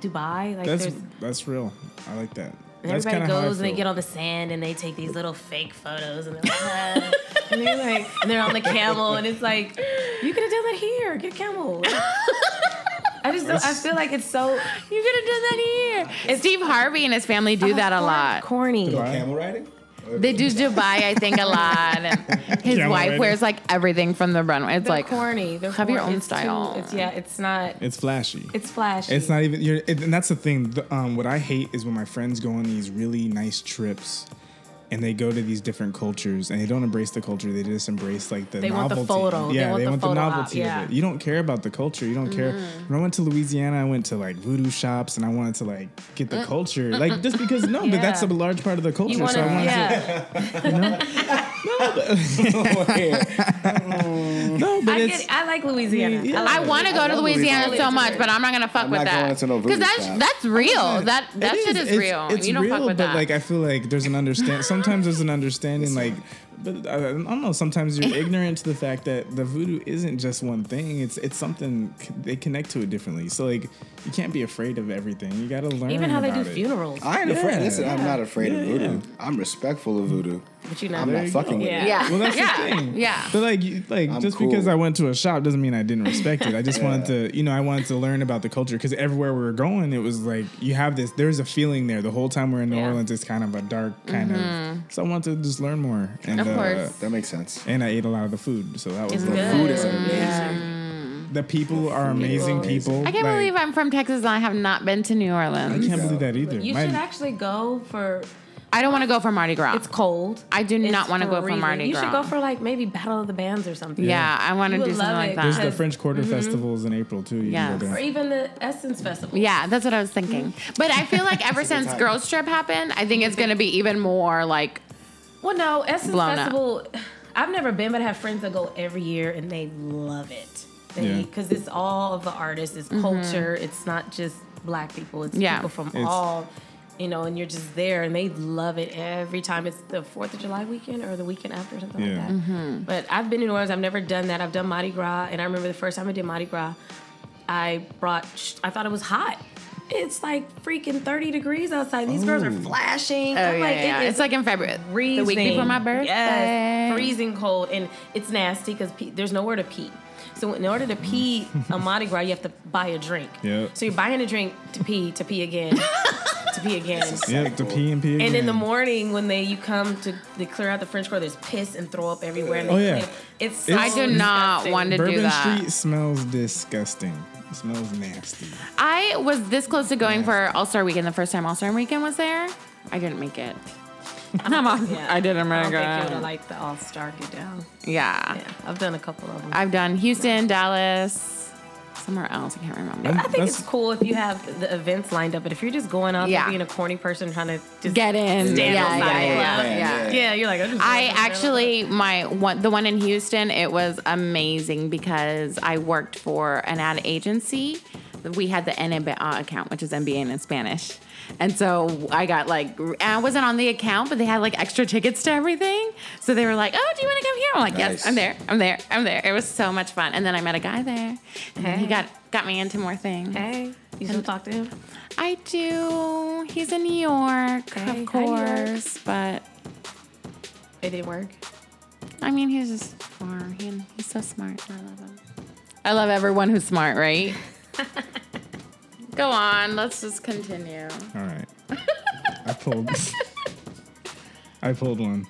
S4: Dubai. Like
S1: that's
S4: there's
S1: that's real. I like that. That's
S4: everybody
S1: kinda how I
S4: goes and they
S1: feel.
S4: get on the sand and they take these little fake photos and they're like, "Ah." and they're like, and they're on the camel and it's like, you could have done that here. Get a camel. I just don't, I feel like it's so
S2: You could have done that here. Steve Harvey and his family do that a lot.
S4: corny.
S1: Dubai.
S3: Camel riding?
S2: They do Dubai, I think, a lot. And his
S1: Camel
S2: wife
S1: riding.
S2: wears like everything from the runway. It's
S4: They're
S2: like
S4: corny. They're
S2: have your
S4: corny.
S2: own
S4: It's too-
S2: style.
S4: it's yeah. It's not.
S1: It's flashy.
S4: It's flashy.
S1: It's not even, you're, it, and that's the thing. The, um, what I hate is when my friends go on these really nice trips, and they go to these different cultures, and they don't embrace the culture. They just embrace like the
S4: They want the
S1: novelty.
S4: photo. They
S1: Yeah,
S4: want
S1: they
S4: the
S1: want the,
S4: photo op,
S1: novelty
S4: yeah. Mm.
S1: of it. You don't care about the culture. You don't care. When I went to Louisiana, I went to like voodoo shops, and I wanted to like get the culture, like just because no, but that's a
S4: Mm. Yeah.
S1: large part of the culture.
S4: You
S1: so I
S4: wanna-
S1: wanted to
S4: yeah.
S1: no, but
S4: I
S1: it's
S4: get. I like Louisiana.
S1: Yeah.
S4: I,
S2: I
S4: like
S2: want to go to
S3: love
S2: Louisiana
S3: Louisiana.
S2: so much, but I'm not gonna fuck
S3: I'm
S2: with
S3: not
S2: that
S3: going to no voodoo
S2: that's
S3: shop.
S2: that's real. That that
S1: Oh, It
S2: shit is
S1: It's-
S2: real.
S1: It's
S2: you don't
S1: real,
S2: fuck with
S1: but
S2: that.
S1: like I feel like there's an understand. Sometimes there's an understanding, like, but I, I don't know. Sometimes you're ignorant to the fact that the voodoo isn't just one thing. It's it's something c- they connect to it differently. So like you can't be afraid of everything. You got to learn.
S4: even how they do
S1: about it.
S4: funerals.
S3: I ain't
S1: Yeah.
S3: afraid. Listen, I'm not afraid
S1: Yeah,
S3: of voodoo.
S1: yeah.
S3: I'm respectful of voodoo.
S4: but you know,
S3: I'm not
S1: you
S3: fucking
S1: go.
S3: with
S4: Yeah.
S3: it.
S2: yeah.
S1: Well, that's
S2: yeah.
S1: the thing.
S2: Yeah.
S1: But like, you- like
S3: I'm
S1: just because
S3: cool.
S1: I went to a shop doesn't mean I didn't respect it. I just wanted
S3: Yeah.
S1: to, you know, I wanted to learn about the culture because everywhere we were going, it was like you have this. There's a feeling there the whole time we're in New
S4: Yeah.
S1: Orleans. It's kind of a dark kind of. So I wanted to just learn more. And, uh,
S2: Mm-hmm. Of course.
S3: That makes sense.
S1: and I ate a lot of the food, so that was
S4: It's
S1: the
S4: good.
S3: Food is amazing.
S1: The people are amazing
S3: People.
S1: people.
S2: I can't
S1: Like,
S2: believe I'm from Texas and I have not been to New
S1: I
S2: Orleans.
S1: can't believe that either.
S4: You
S1: My-
S4: should actually go for.
S2: I don't want to go for Mardi Gras.
S4: It's cold.
S2: I do
S4: It's
S2: not want to go for
S4: freezing.
S2: Mardi
S4: You
S2: Gras.
S4: should go for like maybe Battle of the Bands or something.
S2: yeah, I want to
S4: You
S2: do
S4: would
S2: something
S4: love
S2: like
S4: it
S2: that.
S1: there's the French
S2: Mm-hmm.
S1: Quarter festivals in April too. You can go
S2: Yes.
S1: there.
S4: Or even the Essence Festival.
S2: Yeah, that's what I was thinking. But I feel like ever since
S3: time.
S2: Girls Trip happened, I think it's going to be even more like
S4: Well, no, Essence
S2: Blown up.
S4: Festival. I've never been, but I have friends that go every year and they love it.
S1: Yeah.
S4: Because it's all of the artists, it's culture, it's not just black people, it's
S2: Mm-hmm. Yeah.
S4: people from
S1: It's-
S4: all, you know, and you're just there and they love it every time. It's the 4th of July weekend or the weekend after, something
S1: Yeah.
S4: like that.
S2: Mm-hmm.
S4: But I've been in New Orleans, I've never done that. I've done Mardi Gras, and I remember the first time I did Mardi Gras, I brought, I thought it was hot. It's like freaking 30 degrees outside. These girls are flashing.
S2: Oh,
S4: I'm
S2: yeah,
S4: like,
S2: yeah.
S4: it is
S2: it's like in February, the
S4: freezing.
S2: week before my birthday.
S4: Yes, freezing cold, and it's nasty because pe- there's nowhere to pee. So in order to pee a Mardi Gras, you have to buy a drink.
S1: Yep.
S4: So you're buying a drink to pee, to pee again, to pee again.
S1: Yeah, the P and P.
S4: And in the morning, when they you come to they clear out the French Quarter, there's piss and throw up everywhere. And they
S1: Oh, yeah.
S4: clean. it's so
S1: It's-
S2: I do not
S4: disgusting.
S2: want to do
S1: Bourbon
S2: that.
S1: Street smells disgusting. It smells nasty.
S2: I was this close to going for All Star Weekend the first time All Star Weekend was there. I didn't make it. I'm on.
S4: Yeah.
S2: I didn't
S4: I
S2: make
S4: don't think you would
S2: it.
S4: like the All Star Get Down.
S2: yeah.
S4: Yeah, I've done a couple of them. I,
S2: I've done Houston, Dallas, somewhere else. I can't remember.
S4: think it's cool if you have the events lined up, but if you're just going out
S2: Yeah.
S4: there being a corny person trying to just
S2: Get in.
S4: Stand
S2: yeah,
S4: outside
S2: yeah,
S4: and
S2: yeah,
S3: plan,
S2: yeah.
S3: yeah.
S4: Yeah, you're like, I, just
S2: I actually my one the one in Houston it was amazing because I worked for an ad agency. We had the NBA account, which is NBA in Spanish, and so I got like and I wasn't on the account, but they had like extra tickets to everything. So they were like, "Oh, do you want to come here?" I'm like, "Yes,
S3: Nice.
S2: I'm there, I'm there, I'm there." It was so much fun, and then I met a guy there, and then he
S4: Hey.
S2: got got me into more things.
S4: Hey, you still talk to him?
S2: I do. He's in New York,
S4: Hey, hi, New
S2: of
S4: York.
S2: course, but.
S4: It didn't work.
S2: I mean, he's just far. He, he's so smart. I love him. I love everyone who's smart, right? Go on. Let's just continue.
S1: All right. I pulled. I pulled one.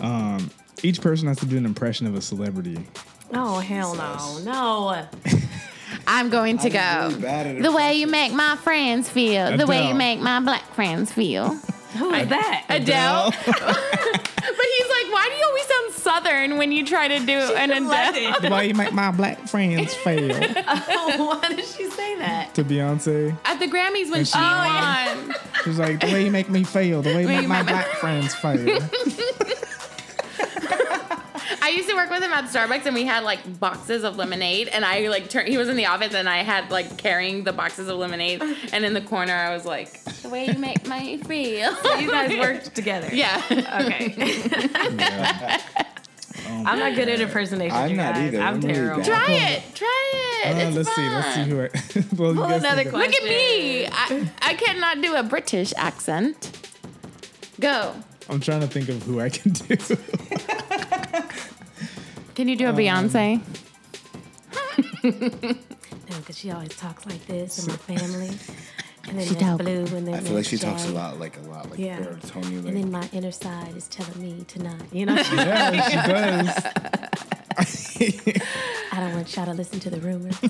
S1: Um, each person has to do an impression of a celebrity.
S4: Oh hell no, no.
S2: I'm going to
S3: I'm
S2: go.
S3: really bad at
S2: Oh. the way you make my friends feel. The way you
S1: Adele.
S2: make my black friends feel.
S4: Who is that?
S2: Adele. but he's like, why do you always sound southern when you try to do an Adele?
S1: The way you make my black friends fail.
S4: Why did she say that?
S1: to Beyonce,
S2: At the Grammys when she
S1: Oh,
S2: won.
S1: she was like, "The way you make me fail. The way you
S2: Way
S1: make
S2: you
S1: my
S2: make my-
S1: black friends fail."
S2: I used to work with him at Starbucks, and we had like boxes of lemonade. And I like turned. He was in the office, and I had like carrying the boxes of lemonade. And in the corner, I was like, the way you make me feel.
S4: You guys worked together.
S2: yeah.
S4: Okay.
S1: Uh,
S4: I'm not good at impersonation.
S3: I'm
S4: you
S3: not
S4: guys.
S3: either.
S4: I'm,
S3: I'm really
S4: terrible.
S3: bad.
S2: Try it. Try it.
S1: Uh,
S2: it's
S1: let's see. Let's see
S2: fun.
S1: who I. well, you
S4: Pull
S1: guys
S4: another
S1: think
S4: question.
S1: of-
S2: Look at me. I, I cannot do a British accent. Go.
S1: I'm trying to think of who I can do.
S2: Can you
S1: Um,
S2: do a Beyonce?
S4: Because she always talks like this in my family. And then
S2: She
S4: she
S2: dope.
S4: blue and then
S3: I feel like she
S4: that's
S3: talks a
S4: jag.
S3: lot, like a lot, like
S4: Yeah.
S3: Bertoni,
S4: And then
S3: like
S4: my inner side is telling me to not. You know,
S1: yeah, she does.
S4: I don't want y'all to listen to the rumors.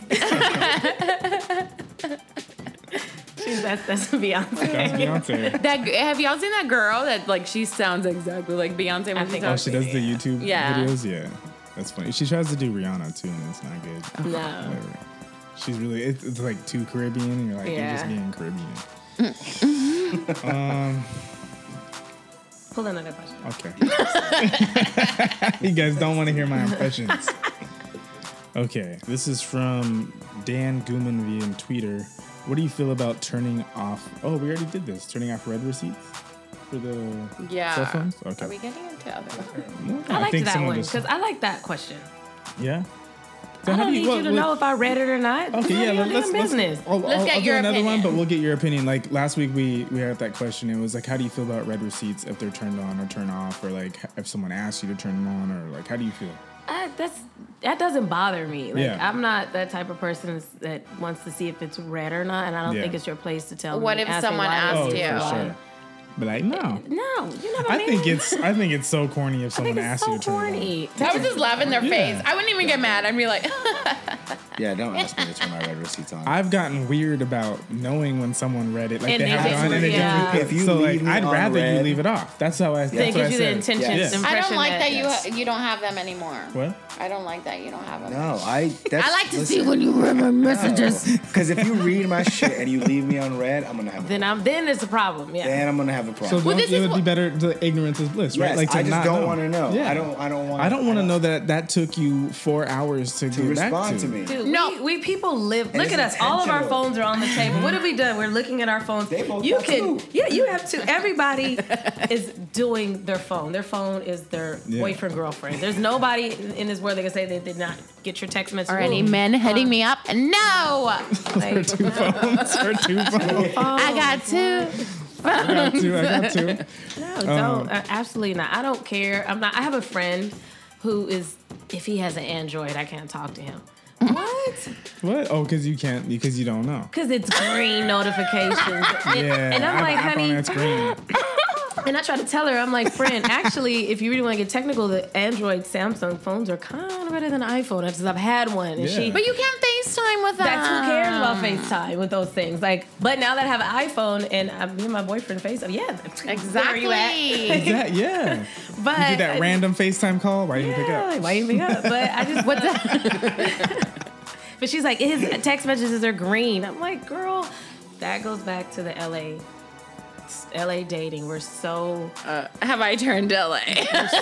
S4: She's that's that's Beyonce.
S1: That's Beyonce.
S2: That have y'all seen that girl that like she sounds exactly like Beyonce
S4: I
S2: when she
S4: think-
S1: Oh,
S2: talks?
S1: she does the YouTube
S2: Yeah.
S1: videos. Yeah, that's funny. She tries to do Rihanna too, and it's not good.
S4: No.
S1: Whatever. She's really. It's, it's like too Caribbean, and you're like you're just
S4: Yeah.
S1: being Caribbean.
S4: Pull another question.
S1: Okay. you guys don't want to hear my impressions. Okay, this is from Dan Gooman via Twitter. What do you feel about turning off? Oh, we already did this. Turning off red receipts for the
S2: Yeah.
S1: cell phones. Okay.
S2: Are we getting into other?
S1: No,
S4: I liked
S1: think
S4: that
S1: someone
S4: one
S1: just-
S4: because I like that question.
S1: yeah. So
S4: I
S1: how
S4: don't
S1: do
S4: need you
S1: well,
S4: to
S1: well-
S4: know if I read it or not.
S1: Okay, yeah,
S4: It's none
S1: let-
S4: of your
S1: let's,
S4: damn
S1: let's,
S4: business.
S1: I'll,
S2: Let's
S1: I'll-
S2: get
S1: I'll do
S2: your
S1: another one,
S2: opinion.
S1: but we'll get your opinion. Like last week, we we had that question. It was like, how do you feel about red receipts if they're turned on or turned off, or like if someone asks you to turn them on, or like how do you feel?
S4: I, that's that doesn't bother me. Like
S1: Yeah.
S4: I'm not that type of person that's- that wants to see if it's red or not, and I don't
S1: Yeah.
S4: think it's your place to tell.
S2: What
S4: me,
S2: if
S4: ask me
S2: someone
S4: why
S2: asked
S4: it's
S2: you?
S4: red.
S2: Oh,
S1: for sure. But like, no,
S4: No, you know what I
S1: I
S4: mean.
S1: think it's I think it's so corny if
S4: I
S1: someone
S4: think it's
S1: asks
S4: so
S1: you to uh, turn it
S4: corny.
S2: I would just laugh in their
S1: Yeah.
S2: face. I wouldn't even get mad. I'd be like,
S3: yeah. Don't ask me to turn my red receipts on.
S1: on. I've gotten weird about knowing when someone read it, like
S4: And
S1: they
S4: they
S1: have it
S4: didn't,
S1: on, and it
S4: yeah.
S1: didn't.
S3: If you
S1: so
S3: leave
S1: like,
S3: me
S1: I'd
S3: on
S1: rather you
S3: red-
S1: leave it off. That's how I. That's what
S4: That
S1: I
S4: gives you the
S1: said.
S4: intention.
S3: Yes.
S4: the
S2: I don't
S4: impression
S2: like
S4: that-
S2: that you
S3: Yes.
S2: you don't have them anymore.
S1: What?
S2: I don't like that you don't have them.
S3: no, I. That's,
S2: I like to see when you read my messages.
S3: Because if you read my shit and you leave me on red, I'm gonna have. A,
S4: Then I'm then it's a problem. Yeah.
S3: then I'm gonna have a problem.
S1: So don't-
S2: Well, this
S1: it
S2: is
S1: would be
S2: what-
S1: better. The ignorance is bliss, right?
S3: Yes,
S1: Like to
S3: I just
S1: not
S3: don't
S1: know.
S3: wanna know.
S1: Yeah.
S3: I don't- I don't wanna-
S1: I don't want
S3: I
S1: to
S3: don't-
S1: know that that took you four hours to,
S3: to
S1: get back
S3: respond
S1: to.
S3: to me,
S4: Dude,
S2: No.
S4: we, we people live. look
S3: it's
S4: at us. All of our
S3: intentional.
S4: phones are on the table. What have we done? We're looking at our phones.
S3: They both
S4: you
S3: have
S4: can,
S3: two.
S4: yeah, you have two. Everybody is doing their phone. Their phone is their
S1: Yeah.
S4: boyfriend, girlfriend. There's nobody in in this world that can say they did not get your text message.
S2: Or any men hitting me up? No,
S4: Like,
S1: Two phones or two phones.
S2: I got two.
S1: I got two. I got two.
S4: No, don't. Uh, absolutely not. I don't care. I'm not. I have a friend who is. If he has an Android, I can't talk to him. What?
S1: What? Oh, because you can't. Because you don't know.
S4: Because it's green notifications. And,
S1: Yeah.
S4: and I'm
S1: I have
S4: like,
S1: an app on
S4: honey,
S1: that screen.
S4: And I tried to tell her, I'm like, friend, actually, if you really want to get technical, the Android Samsung phones are kind of better than iPhone. That's just I've had one. And she, Ah.
S1: Yeah.
S2: But you can't FaceTime with them.
S4: that's who cares about FaceTime with those things. Like, but now that I have an iPhone and I, me and my boyfriend FaceTime, yeah, where are
S2: Exactly.
S4: you at?
S1: That, yeah.
S4: But
S1: Did that random FaCetime call? Why didn't you pick
S4: Uh, Yeah,
S1: up?
S4: like, why you pick up? But I just what the. but she's like, his text messages are green. I'm like, girl, that goes back to the LA. LA dating, we're so
S2: Have I turned LA?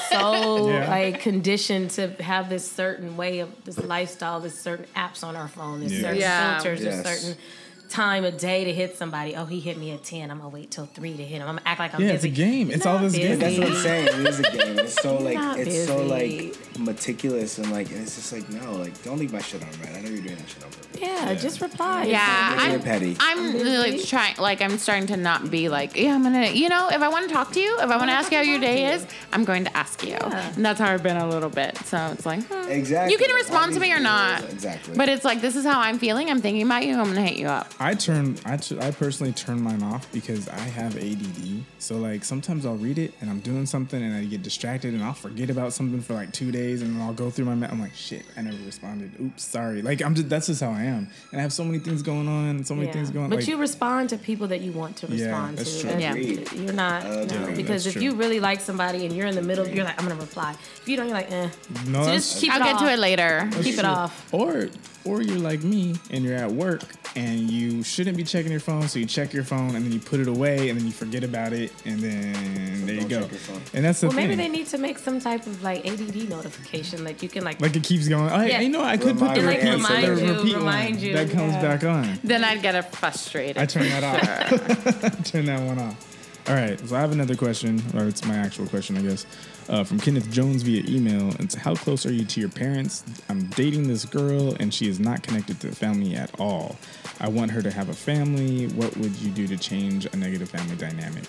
S4: so
S1: Yeah.
S4: like Oh, conditioned to have this certain way of this lifestyle, this certain apps on our phone, this
S1: Yeah.
S4: certain
S2: Yeah.
S4: filters, this
S3: Yes.
S4: certain time of day to hit somebody. Oh, he hit me at ten. I'm gonna wait till three to hit him. I'm gonna act like I'm
S1: Yeah, it's
S4: busy.
S1: a game. It's all
S4: Not
S1: this game.
S3: That's
S4: busy.
S3: what I'm saying. It is a game. It's so
S4: Not
S3: like it's so
S4: busy.
S3: like meticulous and like and it's just like no, like don't leave my shit on red. I know you're doing that shit on red.
S4: Yeah, just reply.
S2: Yeah,
S3: Like, you're
S2: I'm,
S3: petty.
S2: I'm like trying, like I'm starting to not be like, yeah, I'm gonna, you know, if I want to talk to you, if I want to ask you how your day is, I'm going to ask you. And that's how I've been a little bit. So it's like, hmm.
S3: Exactly.
S2: You can
S3: Like, all
S2: respond to
S3: these
S2: me or
S3: rules.
S2: not.
S3: Exactly.
S2: But it's like this is how I'm feeling. I'm thinking about you. I'm gonna hit you up.
S1: I turn, I, t- I personally turn mine off because I have ADD. So like sometimes I'll read it and I'm doing something and I get distracted and I'll forget about something for like two days and then I'll go through my, ma- I'm like shit, I never responded. Oops, sorry. Like I'm just, that's just how I am. And I have so many things going on, and so many
S4: Yeah.
S1: things going.
S4: But
S1: like,
S4: you respond to people that you want to
S1: Yeah,
S4: respond
S1: that's
S4: to.
S1: true.
S4: And
S2: Yeah.
S3: Agreed.
S4: You're not no,
S3: Agreed.
S4: because
S1: That's
S4: if you
S1: true.
S4: really like somebody and you're in the middle, you're like, I'm gonna reply. If you don't, you're like, eh.
S1: No,
S4: so
S1: that's-
S4: just keep
S2: I'll
S4: it
S2: get
S4: off.
S2: to it later.
S4: Keep it
S1: Sure.
S4: off.
S1: Or or you're like me and you're at work and you shouldn't be checking your phone. So you check your phone and then you put it away and then you forget about it and then there you
S3: don't
S1: go.
S3: check your phone.
S1: And that's the
S4: Well,
S1: thing.
S4: maybe they need to make some type of like ADD notification that you can like.
S1: like it keeps going. Oh,
S4: Yeah.
S1: you know, I could put the,
S3: Remind
S4: It,
S1: repeat- the
S4: like, reminds you,
S1: repeat one
S4: reminds you,
S1: that comes
S4: yeah.
S1: back on.
S2: Then I'd get a frustrated.
S1: I turn that off. turn that one off. All right. So I have another question, or it's my actual question, I guess, uh, from Kenneth Jones via email. It's how close are you to your parents? I'm dating this girl, and she is not connected to family at all. I want her to have a family. What would you do to change a negative family dynamic?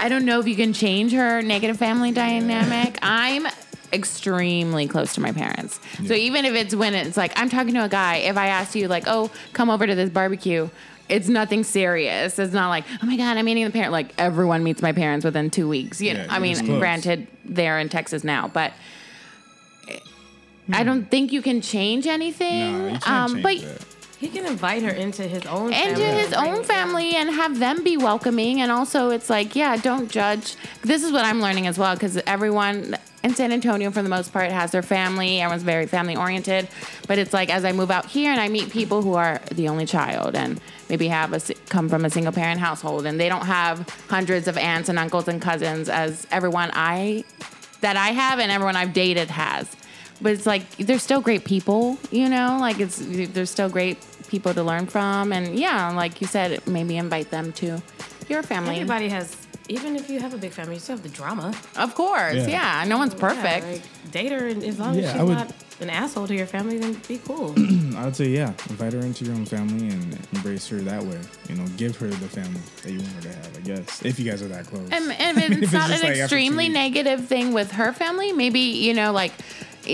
S2: I don't know if you can change her negative family dynamic. I'm extremely close to my parents. So
S1: Yeah.
S2: even if it's when it's like I'm talking to a guy, if I ask you like, "Oh, come over to this barbecue," it's nothing serious. It's not like, "Oh my god, I'm meeting the parent." Like everyone meets my parents within 2 weeks. You
S1: Yeah,
S2: know, I
S1: you're just
S2: mean,
S1: close.
S2: granted they're in Texas now, but I don't think you can change anything.
S1: Hmm. Nah, you can't
S2: um,
S1: change
S2: but
S1: that.
S4: He can invite her into his own
S2: and to
S4: family.
S2: his own family and have them be welcoming and also it's like yeah don't judge this is what i'm learning as well because everyone in san antonio for the most part has their family everyone's very family oriented but it's like as i move out here and i meet people who are the only child and maybe have a s- come from a single parent household and they don't have hundreds of aunts and uncles and cousins as everyone i that i have and everyone i've dated has but it's like they're still great people, you know. Like it's they're still great people to learn from, and yeah, like you said, maybe invite them to your family.
S4: Everybody has, even if you have a big family, you still have the drama.
S2: Of course,
S1: Yeah.
S2: yeah. No one's perfect.
S4: Yeah, like, date her, and as long
S1: Yeah,
S4: as
S1: I
S4: she's
S1: would-
S4: not an asshole to your family, then be cool.
S1: Hmm, I would say, yeah, invite her into your own family and embrace her that way. You know, give her the family that you want her to have, I guess, if you guys are that close.
S2: And, and if
S1: If
S2: it's
S1: it's
S2: not
S1: just,
S2: an
S1: like, after two
S2: extremely
S1: weeks.
S2: negative thing with her family, maybe you know, like,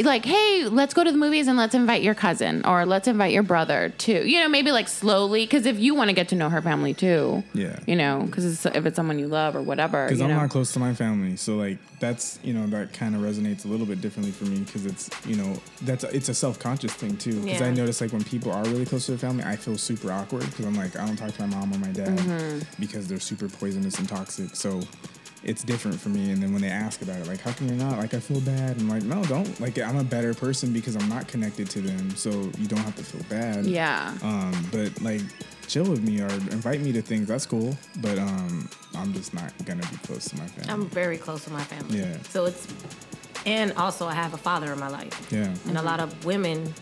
S2: like, hey, let's go to the movies and let's invite your cousin or let's invite your brother too. You know, maybe like slowly, because if you want to get to know her family too,
S1: Yeah.
S2: you know, because if it's someone you love or whatever,
S1: because
S2: you
S1: I'm
S2: know.
S1: not close to my family, so like that's you know that kind of resonates a little bit differently for me because it's you know that's it's a self conscious thing too because I
S4: Yeah.
S1: notice like when people are really close to their family, I feel super awkward because I'm like I don't talk to my mom or my dad
S2: Mm-hmm.
S1: because they're super poisonous and toxic, so it's different for me. And then when they ask about it, like how come you're not? Like I feel bad. I'm like no, don't. Like I'm a better person because I'm not connected to them, so you don't have to feel bad.
S2: yeah.
S1: Um, but like chill with me or invite me to things. That's cool. But um, I'm just not gonna be close to my family.
S4: I'm very close to my family.
S1: Yeah.
S4: So it's, and also I have a father in my life.
S1: yeah.
S4: And a lot of women,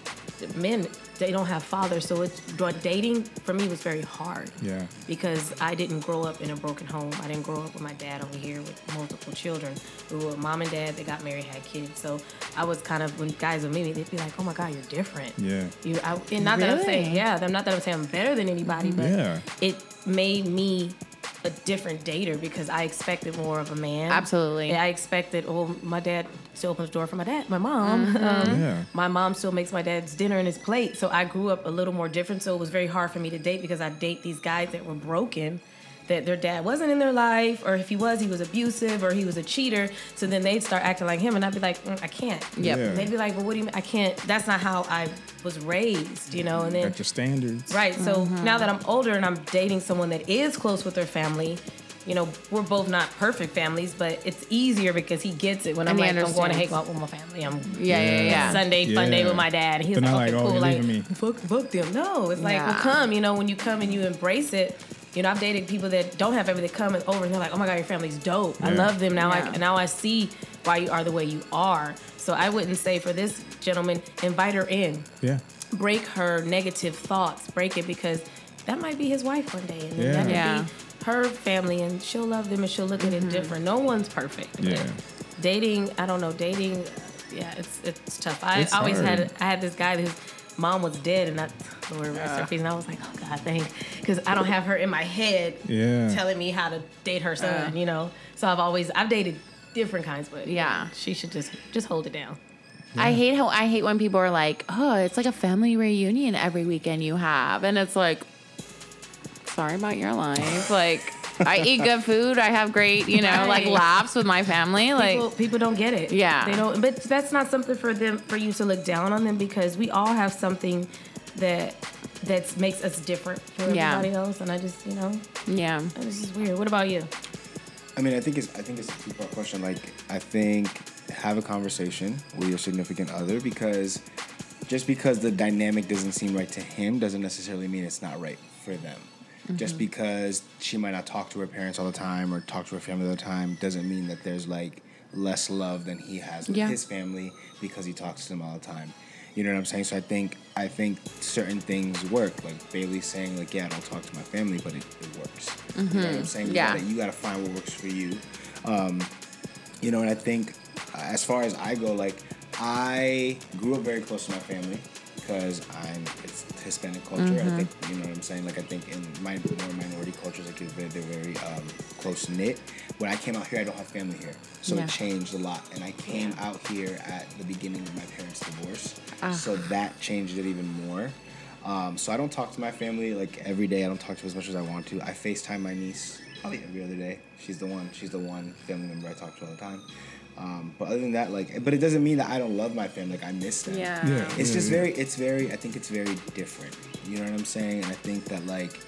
S4: men, they don't have fathers. So it's dating for me was very hard.
S1: Yeah.
S4: Because I didn't grow up in a broken home. I didn't grow up with my dad over here with multiple children. We were mom and dad. They got married, had kids. So I was kind of when guys would meet me, they'd be like, "Oh my God, you're different."
S1: Yeah.
S4: You I, and not that I'm saying
S2: Really?
S4: yeah, I'm not that I'm saying I'm better than anybody, but
S1: Yeah.
S4: it made me a different dater because I expected more of a man.
S2: Absolutely.
S4: And I expected, oh, my dad still opens the door for my dad, my mom.
S2: Mm-hmm.
S1: Yeah.
S4: My mom still makes my dad's dinner in his plate. So I grew up a little more different. So it was very hard for me to date because I date these guys that were broken, that their dad wasn't in their life, or if he was, he was abusive, or he was a cheater. So then they'd start acting like him, and I'd be like, mm, I can't.
S2: Yep.
S1: Yeah.
S4: And They'd be like, well, what do you mean? I can't. That's not how I was raised, you know? And then
S1: Got your standards.
S4: Right. So
S2: Mm-hmm.
S4: now that I'm older and I'm dating someone that is close with their family, you know, we're both not perfect families, but it's easier because he gets it when
S2: And
S4: I'm
S2: he
S4: like, I'm going to
S2: understands.
S4: hang out with my family. I'm
S2: yeah, yeah,
S1: Yeah.
S2: yeah.
S4: Sunday fun day
S1: Yeah.
S4: with my dad. And he's
S1: They're
S4: like,
S1: not like,
S4: okay,
S1: oh,
S4: cool.
S1: you're
S4: Like,
S1: leaving me.
S4: fuck, fuck them. No, it's like, well,
S2: Yeah.
S4: come. You know, when you come and you embrace it, you know, I've dated people that don't have everything come and over, and they're like, oh my god, your family's dope. I
S1: Yeah.
S4: love them now.
S2: Yeah.
S4: I now I see why you are the way you are. So I wouldn't say for this gentleman, invite her in
S1: Yeah.
S4: break her negative thoughts, break it because that might be his wife one day, and then that could
S2: Yeah. Mm-hmm.
S4: be her family, and she'll love them, and she'll look at it different. No one's perfect.
S1: Yeah.
S4: Dating, I don't know, dating, yeah, it's it's tough. I
S1: It's
S4: always
S1: hard.
S4: had I had this guy whose mom was dead, and I, Lord rest her peace, and I was like, oh God, thank, because I don't have her in my head
S1: Yeah.
S4: telling me how to date her son, you know. So I've always I've dated different kinds, but
S2: Yeah.
S4: she should just just hold it down.
S2: I hate how I hate when people are like, "Oh, it's like a family reunion every weekend you have," and it's like, "Sorry about your life." Like, I eat good food. I have great, you know, like
S4: Right.
S2: laughs with my family. Like,
S4: people, people don't get it.
S2: Yeah.
S4: they don't. But that's not something for them for you to look down on them because we all have something that that makes us different from
S2: Yeah.
S4: everybody else. And I just you know
S2: yeah,
S4: this is weird. What about you?
S3: I mean, I think it's I think it's a two part question. Like, I think have a conversation with your significant other because just because the dynamic doesn't seem right to him doesn't necessarily mean it's not right for them. Just because she might not talk to her parents all the time or talk to her family all the time doesn't mean that there's like less love than he has with
S2: Yeah.
S3: his family because he talks to them all the time. You know what I'm saying? So I think I think certain things work. Like Bailey saying like, "Yeah, I don't talk to my family," but it, it works. You know what I'm saying? You
S2: Yeah.
S3: gotta- you got to find what works for you Um, you know and i think uh, as far as i go like i grew up very close to my family because i'm it's hispanic culture
S2: Mm-hmm.
S3: i think you know what i'm saying like i think in my more minority cultures like they're, they're very um, close knit when i came out here i don't have family here so
S2: Yeah.
S3: it changed a lot and i came out here at the beginning of my parents divorce so that changed it even more um, so i don't talk to my family like every day i don't talk to as much as i want to i facetime my niece probably every other day. She's the one. She's the one family member I talk to all the time. Um, but other than that, like, but it doesn't mean that I don't love my family. Like, I miss them.
S2: Yeah.
S1: Yeah. Mm-hmm.
S3: It's
S1: yeah,
S3: just
S1: yeah.
S3: very. It's very. I think it's very different. You know what I'm saying? And I think that like,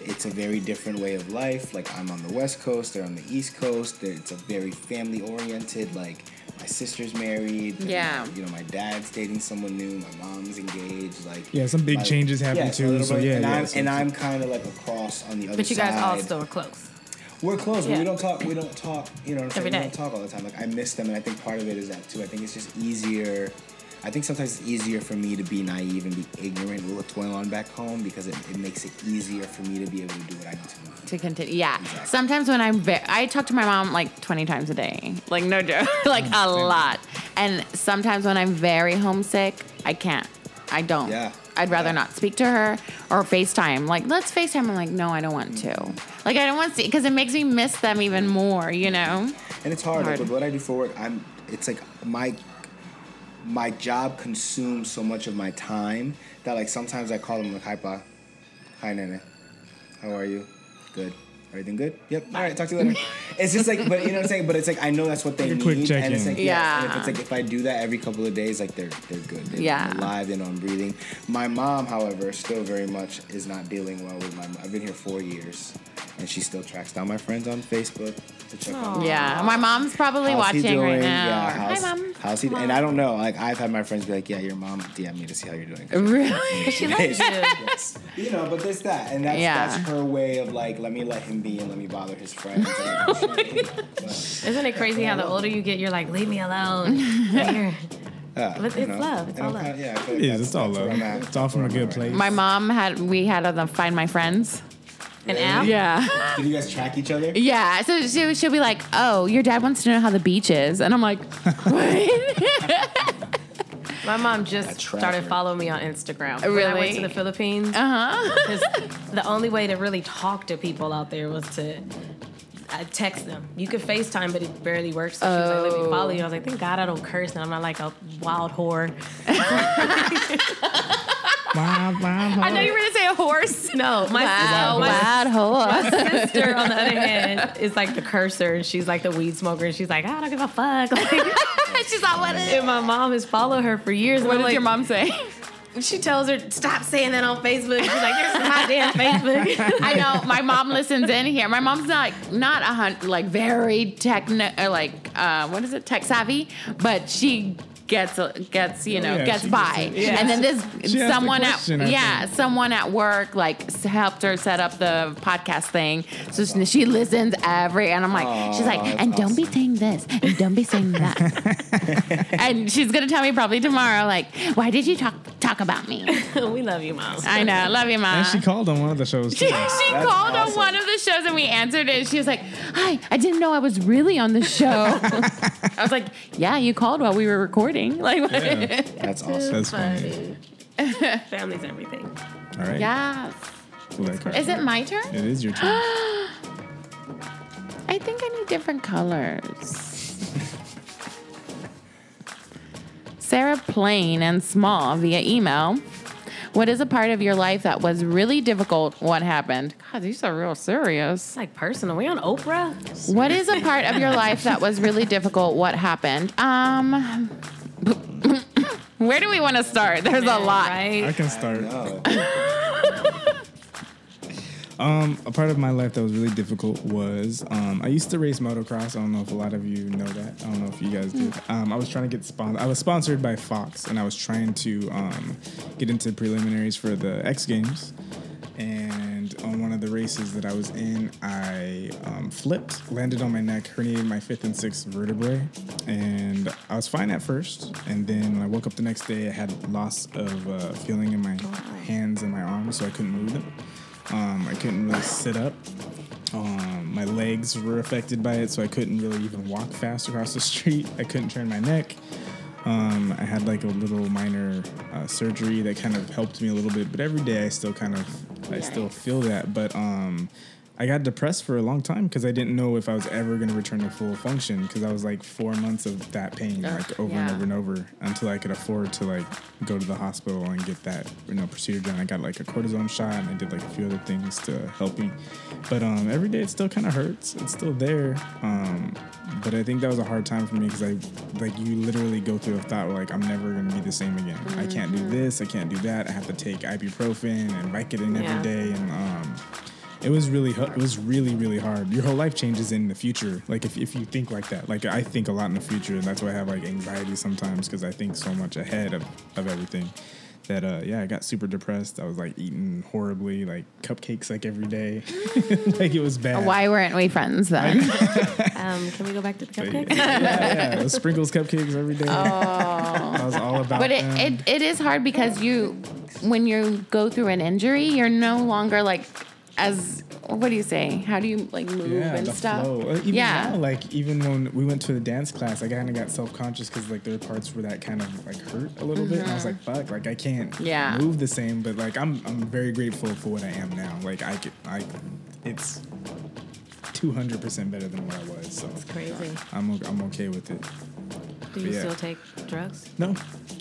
S3: it's a very different way of life. Like, I'm on the West Coast. They're on the East Coast. They're, it's a very family oriented. Like, my sister's married. and,
S2: Yeah.
S3: You know, my dad's dating someone new. My mom's engaged. Like.
S1: Yeah, some big
S3: my-
S1: changes happen
S3: yeah, so a
S1: too.
S3: little
S1: So
S3: bit-
S1: yeah,
S3: and
S1: yeah.
S3: I'm,
S1: so-
S3: and I'm kind of like across on the other side.
S4: But you guys all still are close.
S3: We're close, but
S4: Yeah.
S3: we don't talk. We don't talk. You know, what I'm saying?
S4: Every
S3: we
S4: day.
S3: don't talk all the time. Like I miss them, and I think part of it is that too. I think it's just easier. I think sometimes it's easier for me to be naive and be ignorant with what's going on back home because it, it makes it easier for me to be able to do what I need to do.
S2: to continue. Yeah. Sometimes when I'm ve- I talk to my mom like 20 times a day. Like no joke.
S3: Mm,
S2: like a lot. And sometimes when I'm very homesick, I can't. I don't.
S3: Yeah.
S2: I'd rather
S3: Yeah.
S2: not speak to her or FaceTime. Like, let's FaceTime. I'm like, no, I don't want to. Like, I don't want to see, because it makes me miss them even more, you know?
S3: and it's hard,
S2: Hard.
S3: Like, with what i do for work i'm it's like my my job consumes so much of my time that like sometimes i call them like hi pa hi nene how are you good everything good yep all right talk to you later it's just like but you know what i'm saying but it's like i know that's what they
S1: Like a
S3: need
S1: quick
S3: and it's
S1: check-in.
S3: like yeah, and
S2: Yeah.
S3: if it's like if i do that every couple of days like they're they're good they're
S2: Yeah.
S3: alive they know i'm breathing my mom however still very much is not dealing well with my i've been here four years and she still tracks down my friends on facebook to check on them.
S2: Yeah. My mom's probably
S3: How's he
S2: watching right
S3: doing?
S2: now.
S3: Yeah, how's,
S2: Hi, mom.
S3: How's he? And I don't know. Like I've had my friends be like, "Yeah, your mom DM me to see how you're doing."
S2: Really?
S4: She likes you.
S3: you know, but there's that, and that's,
S2: Yeah.
S3: that's her way of like, let me let him be and let me bother his friends.
S2: Oh
S3: But,
S4: Isn't it crazy how the older you get, you're like, leave me alone. You're-
S3: uh,
S4: But
S3: you
S4: it's love. It's
S3: And
S4: all
S3: I'm kinda-
S4: love.
S3: yeah, I feel
S1: It
S3: like
S1: is. It's all
S3: that's
S1: love.
S3: where I'm at.
S1: It's all from a
S3: That's where
S1: good
S3: I'm at
S1: place.
S2: My mom had, we had a Find My Friends.
S4: An app?
S2: Yeah.
S3: right now. Did you guys track each other?
S2: Yeah, so she, she'll be like, "Oh, your dad wants to know how the beach is," and I'm like, "What?"
S4: My mom just
S3: That tracker.
S4: started following me on Instagram. When I went
S2: Oh, Really?
S4: to the Philippines.
S2: uh-huh.
S4: 'cause the only way to really talk to people out there was to uh, text them. You could FaceTime, but it barely works. So she was like, let me follow you. I was like, thank God I don't curse and I'm not like a wild whore.
S1: Wow, wow, wow.
S2: I know you were gonna say a horse.
S4: No, my
S2: Wow,
S4: sister, my
S2: wild horse.
S4: sister, on the other hand, is like the cursor and she's like the weed smoker and she's like, I don't give a fuck. Like,
S2: She's not what is.
S4: and my mom has followed her for years. and
S2: What
S4: I'm
S2: did
S4: like,
S2: your mom say?
S4: She tells her, stop saying that on Facebook. She's like, this is my damn Facebook.
S2: I know my mom listens in here. My mom's not not a hun- like very techno or like uh, what is it tech savvy, but she gets gets you know
S1: Yeah,
S2: gets
S1: she
S2: by.
S1: gets it.
S2: And then
S1: She
S2: this
S1: asked a
S2: someone
S1: question, I
S2: at yeah someone at work like s- helped her set up the podcast thing, so she, she listens every and I'm like she's like
S3: that's
S2: and don't be saying this and don't be saying that. and she's gonna tell me probably tomorrow like why did you talk talk about me?
S4: we love you, mom.
S2: I know love you mom.
S1: And she called on one of the shows.
S2: She,
S1: Too.
S2: she
S3: That's
S2: called on
S3: awesome.
S2: one of the shows and we answered it. She was like, Hi, I didn't know I was really on the show. I was like, Yeah, you called while we were recording. Like, what?
S1: Yeah.
S2: Yeah.
S3: That's awesome.
S1: That's funny.
S4: Family's everything.
S1: All right. Pull that card.
S2: Is it my turn?
S1: It is your turn.
S2: I think I need different colors. Sarah Plain and Small via email. What is a part of your life that was really difficult? What happened? God, these are real serious.
S4: It's like personal. We on Oprah?
S2: What is a part of your life that was really difficult? What happened? Um, where do we want to start? There's a lot.
S3: Oh.
S1: I
S4: Right?
S1: can start.
S3: No.
S1: Um, a part of my life that was really difficult was um, I used to race motocross. I don't know if a lot of you know that. I don't know if you guys do. Um, I was trying to get sponsored. I was sponsored by Fox, and I was trying to um, get into preliminaries for the X Games. And on one of the races that I was in, I um, flipped, landed on my neck, herniated my fifth and sixth vertebrae, and I was fine at first. And then when I woke up the next day, I had loss of uh, feeling in my hands and my arms, so I couldn't move them. Um, I couldn't really sit up. Um, my legs were affected by it, so I couldn't really even walk fast across the street. I couldn't turn my neck. Um, I had like a little minor uh, surgery that kind of helped me a little bit, but every day I still kind of, I still feel that. But um, I got depressed for a long time because I didn't know if I was ever going to return to full function because I was like four months of that pain, like over and
S2: yeah.
S1: over and over until I could afford to like go to the hospital and get that you know procedure done. I got like a cortisone shot and I did like a few other things to help me, but um, every day it still kind of hurts. It's still there, um, but I think that was a hard time for me because I like you literally go through a thought like I'm never gonna be the same again. I can't do this. I can't do that. I have to take ibuprofen and Vicodin
S4: Yeah.
S1: every day and. Um, it was really hu- it was really really hard your whole life changes in the future like if, if you think like that like i think a lot in the future and that's why i have like anxiety sometimes because i think so much ahead of, of everything that uh yeah i got super depressed i was like eating horribly like cupcakes like every day like it was bad
S2: Why weren't we friends then?
S4: Um, can we go back to the
S1: yeah,
S4: cupcake?
S1: yeah, it was sprinkles cupcakes every day i was all about
S2: Oh. But it,
S1: them.
S2: it, it is hard because you, when you go through an injury, you're no longer like as what do you say? How do you like move
S1: yeah,
S2: and
S1: the
S2: stuff?
S1: flow. Uh, Even
S2: yeah,
S1: now, like even when we went to the dance class, I kind of got self conscious because like there were parts where that kind of like hurt a little bit, and I was like, "Fuck!" Like I can't
S2: Mm-hmm. Yeah.
S1: move the same. But like I'm I'm very grateful for what I am now. Like I could I, it's two hundred percent better than what I was. So
S4: Crazy.
S1: I'm o- I'm okay with it.
S4: Do you
S1: Yeah.
S4: still take drugs?
S1: No,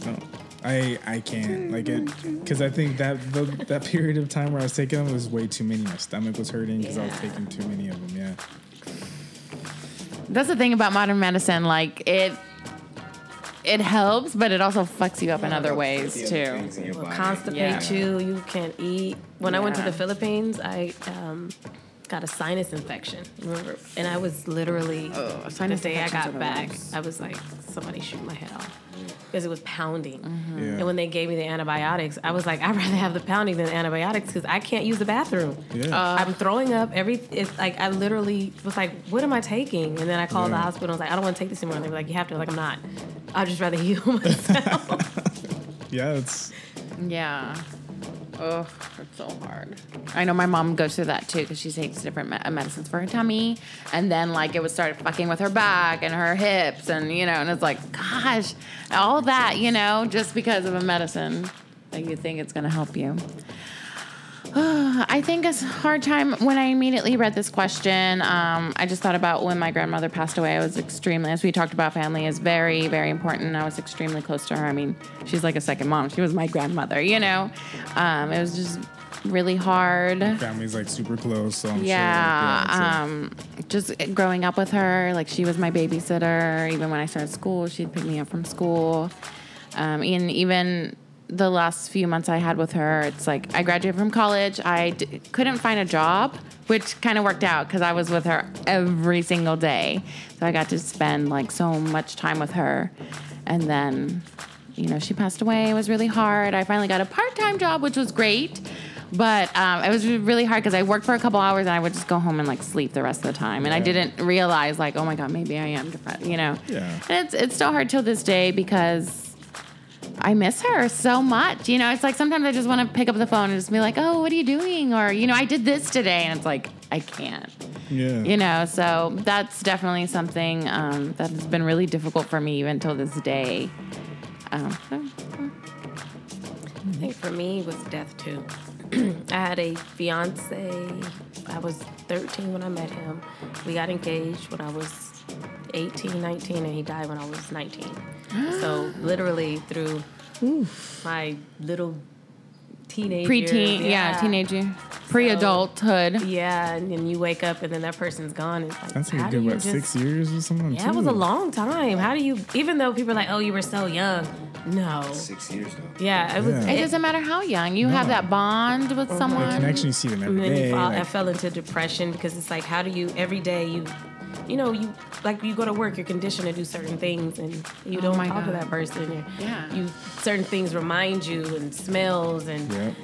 S1: no. I, I can't like it because I think that the, that period of time where I was taking them was way too many. My stomach was hurting because I was
S4: Yeah.
S1: taking too many of them. Yeah.
S2: that's the thing about modern medicine. Like it, it helps, but it also fucks you up in other ways too.
S4: Will constipate
S2: Yeah.
S4: you. You can't eat. When I went to
S2: Yeah.
S4: the Philippines, I um, got a sinus infection. Remember? And I was literally
S2: Oh,
S4: the
S2: sinus
S4: day I
S2: infections are Mm.
S4: got
S2: the
S4: back,
S2: worst.
S4: I was like, somebody shoot my head off because it was pounding.
S2: Mm-hmm. Mm.
S1: Yeah.
S4: And when they gave me the antibiotics, I was like, I'd rather have the pounding than the antibiotics because I can't use the bathroom.
S1: Yeah.
S2: Uh,
S4: I'm throwing up every. It's like I literally was like, "What am I taking?" And then I called
S1: Yeah.
S4: the hospital. and was like, "I don't want to take this anymore." And they were like, "You have to." Like I'm not. I'd just rather heal myself.
S1: yeah. It's
S2: Yeah. Oh, it's so hard. I know my mom goes through that too because she takes different me- medicines for her tummy, and then like it would start fucking with her back and her hips, and you know, and it's like, gosh, all that, you know, just because of a medicine that you think it's gonna help you. I think it's a hard time when I immediately read this question. Um, I just thought about when my grandmother passed away. I was extremely, as we talked about, family is very, very important. I was extremely close to her. I mean, she's like a second mom. She was my grandmother, you know? Um, it was just really hard.
S1: family's like super close, so I'm
S2: Yeah,
S1: sure. like,
S2: um, just growing up with her, like she was my babysitter. Even when I started school, she'd pick me up from school. Um, and even the last few months I had with her, it's like I graduated from college. I d- couldn't find a job, which kind of worked out because I was with her every single day. So I got to spend like so much time with her. And then you know, she passed away. It was really hard. I finally got a part time job, which was great. But um, it was really hard because I worked for a couple hours and I would just go home and like sleep the rest of the time. And I
S1: Yeah.
S2: didn't realize, like, oh my God, maybe I am depressed, you know?
S1: Yeah.
S2: And it's, it's still hard till this day because I miss her so much. You know, it's like sometimes I just want to pick up the phone and just be like, oh, what are you doing? Or, you know, I did this today. And it's like, I can't
S1: yeah.
S2: you know so that's definitely something um, that has been really difficult for me even till this day um,
S4: I think for me it was death too. I had a fiance. I was 13 when I met him. We got engaged when I was 18, 19, and he died when I was 19. so literally through my little teenage
S2: preteen
S4: years,
S2: yeah, teenager pre-adulthood.
S4: Yeah, and then you wake up and then that person's gone. It's like,
S1: That's
S4: how
S1: a
S4: do
S1: good
S4: you
S1: what
S4: just,
S1: six years or something.
S4: Yeah, it was a
S1: too.
S4: long time. How do you, even though people are like, oh, you were so young. No.
S3: Six years though.
S4: Yeah, it was.
S1: Yeah.
S2: It doesn't matter how young you have
S1: No.
S2: that bond with someone.
S1: connection. You see them every
S4: And then
S1: day.
S4: you fall, I
S1: like-
S4: fell into depression because it's like, how do you every day you, you know, you like you go to work, you're conditioned to do certain things, and you
S2: Oh
S4: don't
S2: my
S4: talk to
S2: God.
S4: that person. Or
S2: Yeah.
S4: you certain things remind you, and smells, and
S1: Yep.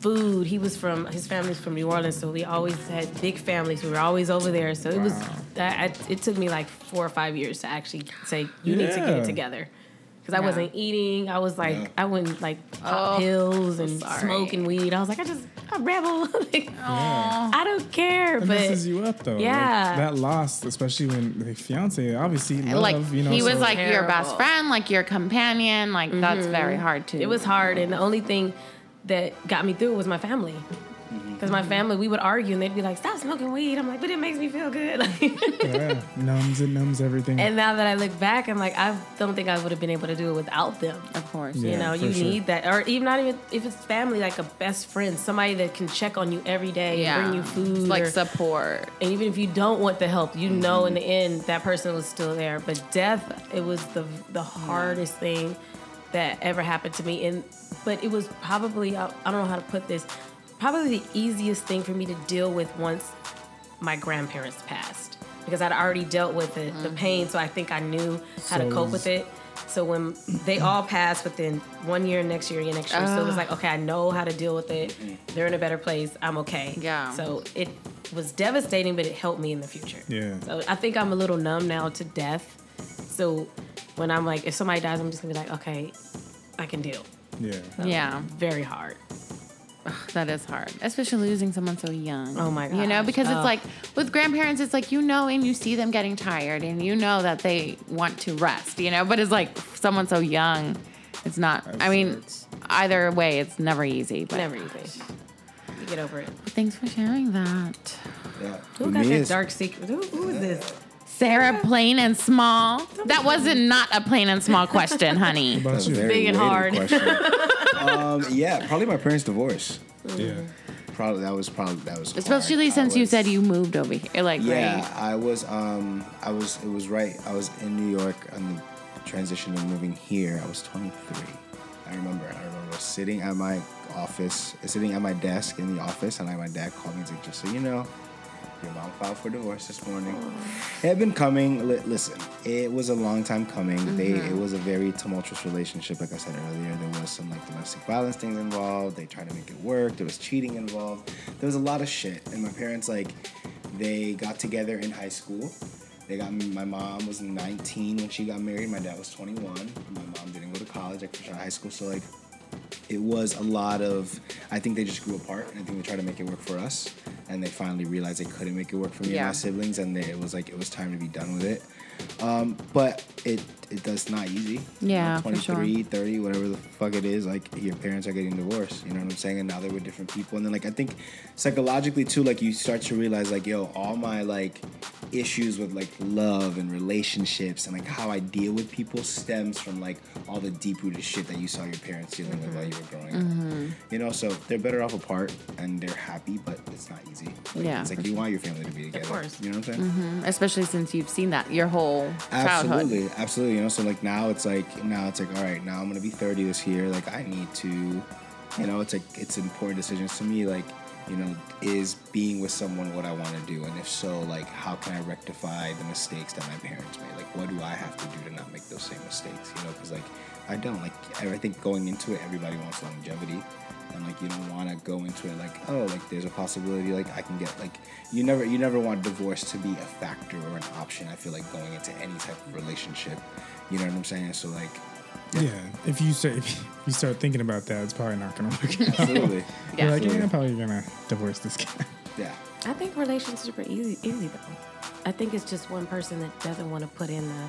S4: food. He was from his family's from New Orleans, so we always had big families. We were always over there, so it was.
S1: Wow.
S4: I, I, it took me like four or five years to actually say you need to get
S1: Yeah.
S4: it together. Because I
S2: Yeah.
S4: wasn't eating, I was like,
S3: Yeah.
S4: I wouldn't like
S2: Oh,
S4: pop pills and
S2: sorry. Oh,
S4: smoking weed. I was like, I just a rebel. like,
S2: Aw.
S4: I don't care,
S1: It
S4: but
S1: messes you up though. Like,
S4: Yeah.
S1: that loss, especially when the fiance obviously love.
S2: like
S1: you know,
S2: he was
S1: so-
S2: like your best
S4: Terrible. Mm-hmm.
S2: friend, like your companion. Like that's very hard to.
S4: it was hard. And the only thing that got me through was my family.
S1: Mm-hmm.
S4: Because my family, we would argue and they'd be like, stop smoking weed. I'm like, but it makes me feel good. Like,
S1: yeah, numbs it numbs everything.
S4: and now that I look back, I'm like, I don't think I would have been able to do it without them.
S2: of course.
S1: Yeah.
S4: you know, you
S1: for sure.
S4: need that. Or even not even if it's family, like a best friend, somebody that can check on you every day
S2: Yeah.
S4: and bring you food.
S2: It's like
S4: or-
S2: support.
S4: and even if you don't want the help, you know in the end that person was still there. But death, it was the the hardest thing that ever happened to me. And but it was probably I, I don't know how to put this, probably the easiest thing for me to deal with once my grandparents passed because I'd already dealt with it, the pain, so I think I knew how to
S1: So
S4: cope
S1: is-
S4: with it. So when they all passed within one year, next year, year next year, so it was like, okay, I know how to deal with it. They're in a better place. I'm okay.
S2: Yeah.
S4: So so it was devastating, but it helped me in the future.
S1: Yeah.
S4: So I think I'm a little numb now to death. So when I'm like, if somebody dies, I'm just gonna be like, okay, I can deal.
S1: yeah.
S2: Yeah,
S4: Very hard.
S2: that is hard, especially losing someone so young.
S4: Oh my
S2: You know,
S4: gosh.
S2: because it's
S4: Oh.
S2: like with grandparents, it's like you know, and you see them getting tired, and you know that they want to rest. You know, but it's like someone so young, it's not. I mean,
S1: Absolutely.
S2: either way, it's never easy. But
S4: Never easy. You get over it.
S2: Thanks for sharing that,
S3: Yeah.
S4: Who got that dark secret? Who, who is this?
S2: Sarah. Plain and small. That wasn't not a plain and small question, honey.
S1: What about you?
S4: big and hard.
S3: um, yeah, probably my parents' divorce.
S1: Yeah.
S3: Probably that was probably that was. hard.
S2: Especially
S3: I
S2: since you
S3: was-
S2: said you moved over here, like
S3: Yeah,
S2: right?
S3: I was. Um, I was. It was right. I was in New York on the transition of moving here. I was 23. I remember. I remember sitting at my office, sitting at my desk in the office, and I, my dad called me and said, "Just so you know, your mom filed for divorce this morning. It had been coming. Li- listen, it was a long time coming. They. It was a very tumultuous relationship. Like I said earlier, there was some like domestic violence things involved. They tried to make it work. There was cheating involved. There was a lot of shit. And my parents like they got together in high school. They got my mom was 19 when she got married. My dad was 21. My mom didn't go to college. I finished high school, so like it was a lot of. I think they just grew apart, and I think they tried to make it work for us, and they finally realized they couldn't make it work for me and
S2: Yeah.
S3: my siblings, and they, it was like it was time to be done with it. Um, but it it does not easy. You know,
S2: Yeah, for sure.
S3: 23, 30, whatever the fuck it is, like your parents are getting divorced. You know what I'm saying? And now they're with different people. And then like I think psychologically too, like you start to realize like, yo, all my like issues with like love and relationships and like how I deal with people stems from like all the deep rooted shit that you saw your parents dealing with while you were growing
S2: Mm-hmm.
S3: up. You know, so they're better off apart and they're happy, but it's not easy. Like,
S2: Yeah,
S3: It's like
S2: for Mm-hmm.
S3: you want your family to be together.
S4: course.
S3: You know what I'm saying?
S2: Especially since you've seen that your whole childhood.
S3: Absolutely, absolutely. You know, so like now it's like now it's like all right, now I'm gonna be 30 this year. Like I need to, you know, it's like it's important decisions to me. Like you know, is being with someone what I want to do, and if so, like how can I rectify the mistakes that my parents made? Like what do I have to do to not make those same mistakes? You know, because like I don't like I I think going into it, everybody wants longevity. And like you don't want to go into it like oh like there's a possibility like I can get like you never you never want divorce to be a factor or an option. I feel like going into any type of relationship, you know what I'm saying. So like
S1: Yeah. If you start if you start thinking about that, it's probably not gonna work. Out. You're
S2: Yeah.
S3: absolutely,
S1: like, yeah,
S3: Absolutely.
S1: I'm probably gonna divorce this guy.
S3: yeah.
S4: I think relationships are easy, easy though. I think it's just one person that doesn't want to put in the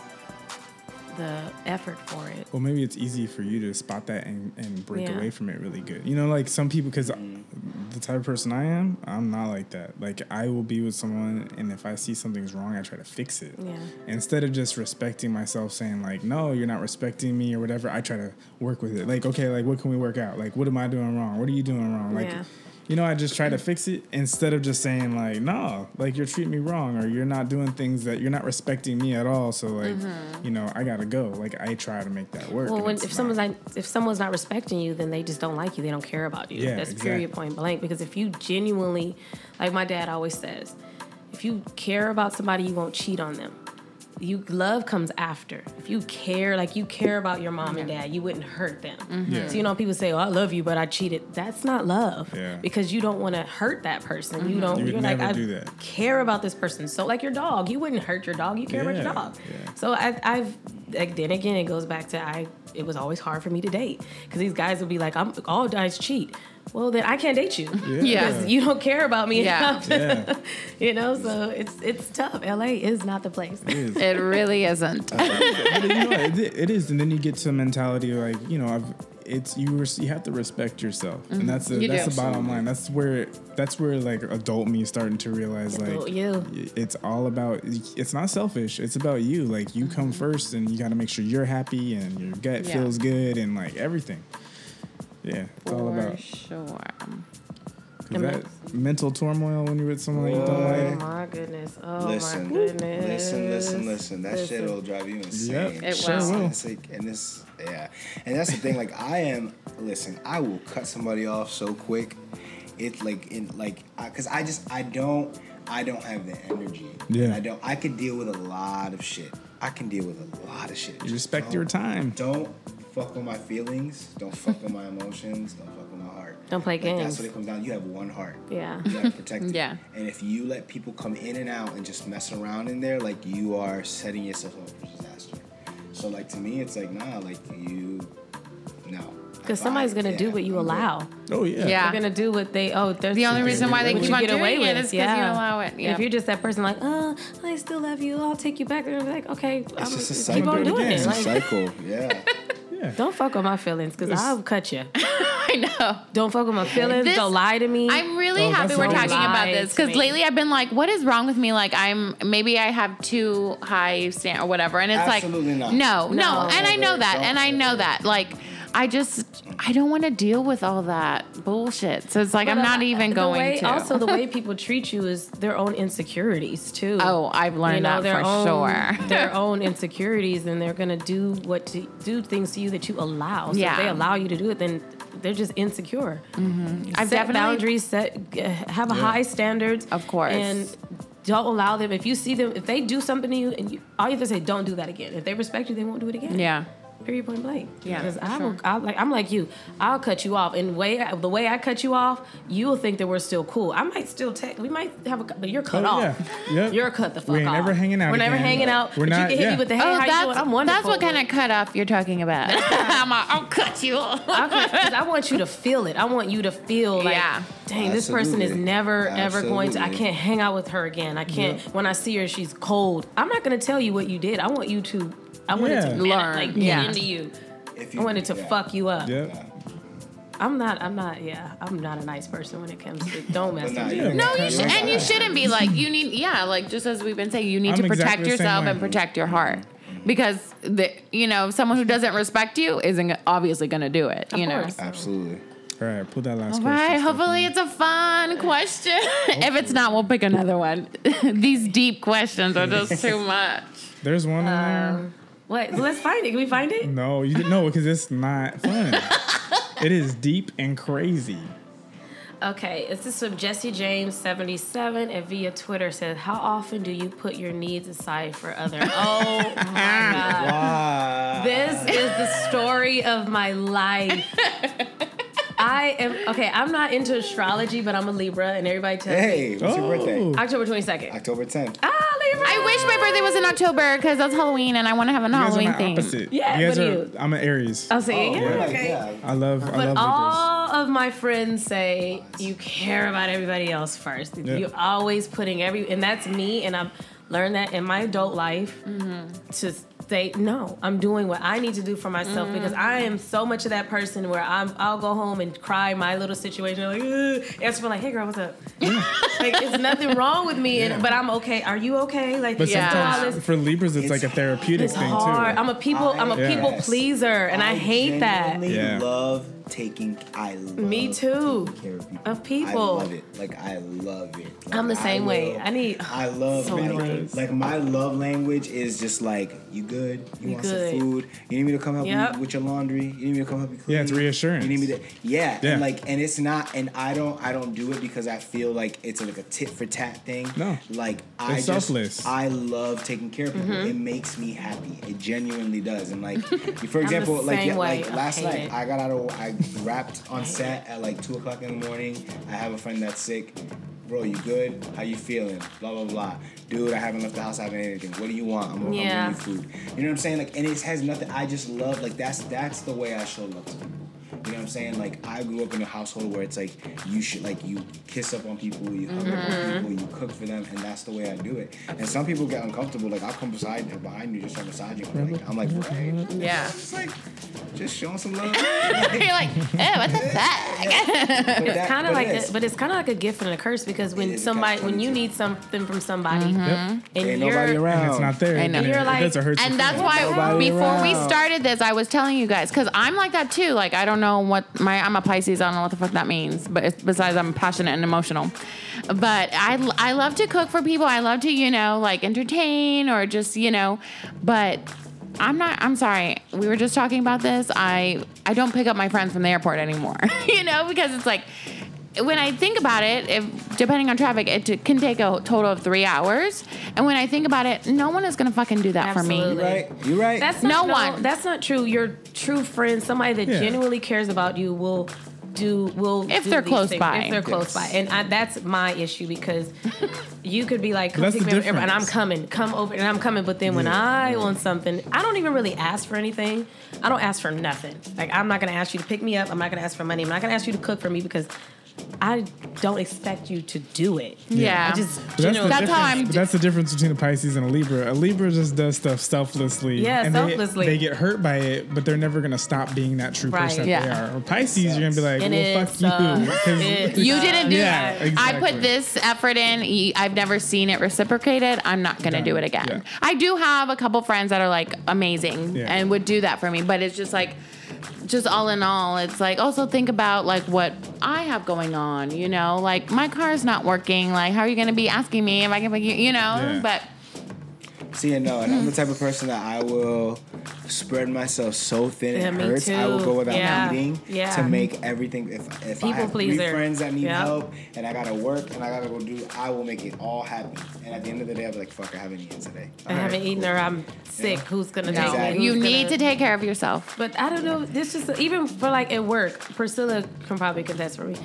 S4: the effort for it.
S1: Well, maybe it's easy for you to spot that and, and break
S4: Yeah.
S1: away from it really good. You know, like some people, because the type of person I am, I'm not like that. Like, I will be with someone, and if I see something's wrong, I try to fix it.
S4: Yeah.
S1: Instead of just respecting myself, saying, like, no, you're not respecting me or whatever, I try to work with it. Like, okay, like, what can we work out? Like, what am I doing wrong? What are you doing wrong? Like,
S4: Yeah.
S1: you know, I just try to fix it instead of just saying like, no, like you're treating me wrong or you're not doing things that you're not respecting me at all. So like, you know, I gotta go. Like I try to make that work.
S4: Mm-hmm. Well,
S1: and
S4: when,
S1: it's
S4: if
S1: not-
S4: someone's not, if someone's not respecting you, then they just don't like you. They don't care about you.
S1: Yeah,
S4: That's
S1: exactly.
S4: period point blank. Because if you genuinely, like my dad always says, if you care about somebody, you won't cheat on them. You love comes after. If you care, like you care about your mom and dad, you wouldn't hurt them.
S1: Yeah.
S4: So you know, people say, "Oh, I love you, but I cheated." That's not love.
S1: Yeah.
S4: Because you don't want to hurt that person. You don't.
S1: You would
S4: are like,
S1: never
S4: I
S1: do that."
S4: care about this person. So like your dog, you wouldn't hurt your dog. You care about
S1: Yeah,
S4: your dog.
S1: yeah.
S4: So I, I've like then again, it goes back to I. It was always hard for me to date because these guys would be like, "I'm all guys cheat." Well, then I can't date you.
S2: Yeah.
S4: Because you don't care about me
S2: Yeah.
S4: enough.
S1: Yeah.
S4: you know, so it's it's tough. LA is not the place.
S1: It is.
S2: It really isn't.
S1: But you know, it, it is, and then you get to a mentality of, like you know, I've, it's you. Res, you have to respect yourself, and that's the
S2: Mm-hmm. You do.
S1: that's the bottom line. That's where that's where like adult me is starting to realize
S4: Adult
S1: like
S4: you.
S1: it's all about. It's not selfish. It's about you. Like you come first, and you got to make sure you're happy and your gut
S2: Mm-hmm. Yeah.
S1: feels good and like everything. Yeah, it's all
S2: For
S1: about
S2: sure.
S1: 'cause that mental turmoil when you're with someone that you
S4: Oh
S1: don't like.
S4: my goodness. Oh
S3: listen,
S4: my goodness.
S3: listen, listen, listen. That shit will drive you insane.
S1: Yep,
S2: It sure will.
S1: Mm.
S3: And it's like, and this, yeah. And that's the thing. Like, I am. Listen, I will cut somebody off so quick. It's like, in like, I, cause I just, I don't, I don't have the energy.
S1: Yeah.
S3: I don't. I can deal with a lot of shit. I can deal with a lot of shit.
S1: You respect
S3: Don't-
S1: your time.
S3: Don't fuck with my feelings. Don't fuck with my emotions. Don't fuck with my heart.
S4: Don't play
S3: Like,
S4: games.
S3: That's what it comes down. You have one heart.
S4: Yeah.
S3: You gotta protect it.
S2: Yeah.
S3: And if you let people come in and out and just mess around in there, like you are setting yourself up for disaster. So like to me, it's like nah, like you, no.
S4: Because somebody's gonna do what you allow.
S1: Oh yeah.
S2: Yeah.
S4: They're gonna do what they oh. They're
S2: The only reason why they
S4: what
S2: keep
S4: you
S2: on
S4: get
S2: doing
S4: away
S2: it
S4: with
S2: is 'cause you
S4: yeah.
S2: allow it, yeah.
S4: If you're just that person like, oh, I still love you, I'll take you back. They're gonna be like, okay,
S3: It's
S4: I'm,
S3: just a
S4: keep
S3: cycle.
S4: on doing
S1: again.
S4: it.
S3: It's a
S4: Like,
S3: cycle. Yeah.
S1: Yeah.
S4: don't fuck with my feelings because I'll cut you.
S2: I know.
S4: Don't fuck with my feelings.
S2: This-
S4: don't lie to me.
S2: I'm really
S1: Oh,
S2: happy
S1: that's
S2: we're
S1: not
S2: talking
S1: good.
S2: about
S4: Lie
S2: this
S4: to
S2: because
S4: me.
S2: lately I've been like, what is wrong with me? Like I'm maybe I have too high stand or whatever, and it's
S3: Absolutely
S2: like no,
S3: not.
S2: no,
S4: No.
S2: and I know
S3: Don't-
S2: that, and I
S3: don't.
S2: know that. Like I just I don't want to deal with all that bullshit. So it's like I'm
S4: But, uh,
S2: not even
S4: the
S2: going
S4: way-
S2: to.
S4: Also, the way people treat you is their own insecurities too.
S2: Oh, I've learned that
S4: their
S2: for
S4: own,
S2: sure.
S4: their own insecurities, and they're gonna do what to do things to you that you allow. So
S2: Yeah.
S4: if they allow you to do it, then they're just insecure.
S2: I've
S4: set
S2: definitely
S4: boundaries, set g- have high standards,
S2: Of course.
S4: and don't allow them. If you see them, if they do something to you, and you, all you have to say, don't do that again. If they respect you, they won't do it again.
S2: yeah.
S4: Period. Point blank.
S2: Yeah,
S4: Because I
S2: sure.
S4: will, I, like, I'm like you. I'll cut you off, and way the way I cut you off, you'll think that we're still cool. I might still text. We might have a, but you're cut
S1: Oh,
S4: off.
S1: yeah. Yep.
S4: You're cut the fuck
S1: We ain't
S4: off.
S1: never hanging out
S4: We're never
S1: again.
S4: hanging out.
S1: We're
S4: but
S1: not-
S4: You can hit
S1: yeah.
S4: me with the hey,
S2: Oh,
S4: how you
S2: that's
S4: doing? I'm
S2: that's
S4: wonderful.
S2: what kind of cutoff you're talking about. I'm like, I'll cut you off.
S4: Because I want you to feel it. I want you to feel like,
S2: Yeah.
S4: dang, this person is
S3: Absolutely.
S4: never ever going to. I
S3: Absolutely.
S4: can't hang out with her again. I can't.
S1: Yeah.
S4: When I see her, she's cold. I'm not going to tell you what you did. I want you to. I want it
S1: Yeah.
S4: to
S2: Learn.
S4: learn. Like get
S2: Yeah.
S4: into you.
S3: If
S4: I
S3: you
S4: want it to
S3: yeah.
S4: fuck you up.
S1: Yeah.
S4: I'm not. I'm not. Yeah. I'm not a nice person when it comes to. Don't mess
S3: nah,
S4: with me.
S3: you-
S2: No, you sh-
S1: Yeah.
S2: and you shouldn't be like you need. Yeah, like just as we've been saying, you need
S1: I'm
S2: to protect
S1: exactly the same
S2: yourself
S1: way.
S2: and protect your heart because the you know someone who doesn't respect you isn't obviously going to do it. You know.
S4: course.
S3: Absolutely.
S1: All right, pull that last
S2: All
S1: question.
S2: right.
S1: Stephanie.
S2: Hopefully, it's a fun question. if it's not, we'll pick another one. These deep questions are just too much.
S1: There's one in
S4: Uh,
S1: there.
S4: What? Let's find it. Can we find it?
S1: No, you didn't- no, because it's not fun. it is deep and crazy.
S4: Okay, this is from Jesse James seventy seven and via Twitter says, "How often do you put your needs aside for other?" Oh my god,
S3: Ah.
S4: this is the story of my life. I am okay. I'm not into astrology, but I'm a Libra, and everybody tells me
S3: Hey, what's your birthday?
S4: October twenty second.
S3: October 10th.
S4: Ah, Libra.
S2: I wish my birthday was in October because that's Halloween and I want to have an
S1: You guys are
S2: Halloween
S1: my
S2: theme.
S1: opposite.
S4: Yeah,
S1: you guys
S4: what
S1: are.
S4: are you?
S1: I'm an Aries.
S4: I'll say, yeah,
S3: Yeah,
S4: okay.
S3: yeah.
S1: I love. I
S4: But
S1: love Libras.
S4: all of my friends say you care about everybody else first. You're always putting every, and that's me. And I've learned that in my adult life to say no. I'm doing what I need to do for myself because I am so much of that person where I'm. I'll go home and cry my little situation. Like, Ugh. and so like, hey girl, what's up? like, it's nothing wrong with me, and, but I'm okay. Are you okay? Like,
S1: But
S4: you know, all
S1: sometimes
S4: this-
S1: for Libras, it's,
S3: It's-
S1: like a therapeutic
S4: It's
S1: thing
S4: hard.
S1: too.
S4: I'm a people. I'm a
S1: Yeah.
S4: people pleaser, and I, hate that.
S3: genuinely
S1: Yeah.
S3: love taking. I love
S4: Me too.
S3: taking care of
S4: Of people.
S3: people. I love it. Like I love it. Like,
S4: I'm the same way.
S3: will-
S4: I need-
S3: I love
S4: So
S3: like,
S4: annoying.
S3: like my love language is just like you good. You,
S4: You
S3: want some
S4: good.
S3: food. You need me to come help
S4: Yep.
S3: you with your laundry. You need me to come help you. Clean.
S1: Yeah, it's reassurance.
S3: You need me to. Yeah,
S1: Yeah.
S3: And like and it's not. And I don't. I don't do it because I feel like it's like a tit for tat thing.
S1: No.
S3: Like I
S1: It's
S3: just,
S1: selfless.
S3: I love taking care of people.
S4: Mm-hmm.
S3: It makes me happy. It genuinely does. And like, for example, like
S4: same
S3: yeah,
S4: way.
S3: like
S4: I
S3: last
S4: hate
S3: night,
S4: it.
S3: I got out of I rapped on set at like two o'clock in the morning. I have a friend that's sick. Bro, you good? How you feeling? Blah blah blah. Dude, I haven't left the house. I haven't ate anything. What do you want? I'm gonna
S4: Yeah.
S3: yeah. you food. You know what I'm saying? Like, and it has nothing. I just love. Like that's that's the way I show love to people. You know what I'm saying? Like I grew up in a household where it's like you should like you kiss up on people, you hug up on
S4: Mm-hmm.
S3: people, you cook for them, and that's the way I do it. And some people get uncomfortable. Like I'll come beside you, behind you, just start massaging. you. Like I'm like, right?
S2: Yeah.
S3: It's like just showing some love.
S2: You're like, oh, what the fuck?
S4: It's kind of like, a, but it's kind of like a gift and a curse because
S3: It
S4: when
S3: is a catch
S4: somebody, when you
S3: 22.
S4: need something from somebody,
S1: Yep.
S4: and
S3: Ain't
S4: you're,
S3: nobody around.
S1: And it's not there.
S2: I know.
S1: then
S4: You're
S1: it-
S4: like-
S1: that's a hurts
S2: And
S1: you.
S2: that's why
S3: Nobody
S2: before we
S3: around.
S2: started this, I was telling you guys because I'm like that too. Like I don't know what my I'm a Pisces. I don't know what the fuck that means. But it's, besides, I'm passionate and emotional. But I I love to cook for people. I love to you know like entertain or just you know. But I'm not. I'm sorry. We were just talking about this. I I don't pick up my friends from the airport anymore. you know because it's like when I think about it, if, depending on traffic, it t- can take a total of three hours. And when I think about it, no one is going to fucking do that for me.
S4: Absolutely.
S3: You right? You right?
S4: that's
S2: No
S4: not,
S2: one.
S4: That's not true. Your true friend, somebody that
S1: Yeah.
S4: genuinely cares about you, will do will
S2: If
S4: do
S2: they're
S4: these
S2: close
S4: things,
S2: by.
S4: If they're close
S3: Yes.
S4: by, and I, that's my issue because you could be like, "Come
S1: That's
S4: pick
S1: the
S4: me up," from the airport," and I'm
S1: difference.
S4: coming, come over, and I'm coming. But then when I want something, I don't even really ask for anything. I don't ask for nothing. Like I'm not gonna ask you to pick me up. I'm not gonna ask for money. I'm not gonna ask you to cook for me because. I don't expect you to do it.
S2: Yeah.
S4: I just
S1: But that's, the
S4: generally-
S2: That's how
S1: difference-
S2: I'm-
S1: but that's the difference between a Pisces and a Libra. A Libra just does stuff selflessly.
S4: Yeah,
S1: and they-
S4: selflessly.
S1: They, get hurt by it, but they're never gonna stop being that true
S4: Right.
S1: person that
S2: Yeah.
S1: they are. Or Pisces, you're gonna be like,
S4: And uh,
S1: well,
S4: it
S1: fuck you.
S4: sucks.
S1: 'cause-
S4: It
S2: You
S4: sucks.
S2: didn't do
S1: Yeah,
S2: that. I
S1: exactly.
S2: put this effort in. y- I've never seen it reciprocated. I'm not going to
S1: Done.
S2: do it again.
S1: Yeah.
S2: I do have a couple friends that are like amazing
S1: Yeah.
S2: and would do that for me, but it's just like, just all in all, it's like also think about like what I have going on. You know, like my car's not working. Like, how are you going to be asking me if I can pick you? You know,
S1: Yeah.
S2: but
S3: See, and no, and I'm the type of person that I will spread myself so thin
S4: Yeah,
S3: it
S4: me
S3: hurts. I will
S4: too.
S3: go without
S4: Yeah.
S3: eating
S4: Yeah.
S3: to make everything. If if I
S4: People
S3: have three
S4: pleaser.
S3: friends that need
S4: Yeah.
S3: help and I gotta work and I gotta go do, I will make it all happen. And at the end of the day, I'll be like, "Fuck, I haven't eaten today.
S4: I haven't eaten or I'm sick. Who's gonna
S2: no,
S4: take me?
S3: Exactly.
S2: you
S4: Who's
S2: need
S4: gonna-
S2: to take care of yourself.
S4: But I don't know. This is even for like at work. Priscilla can probably contest for me.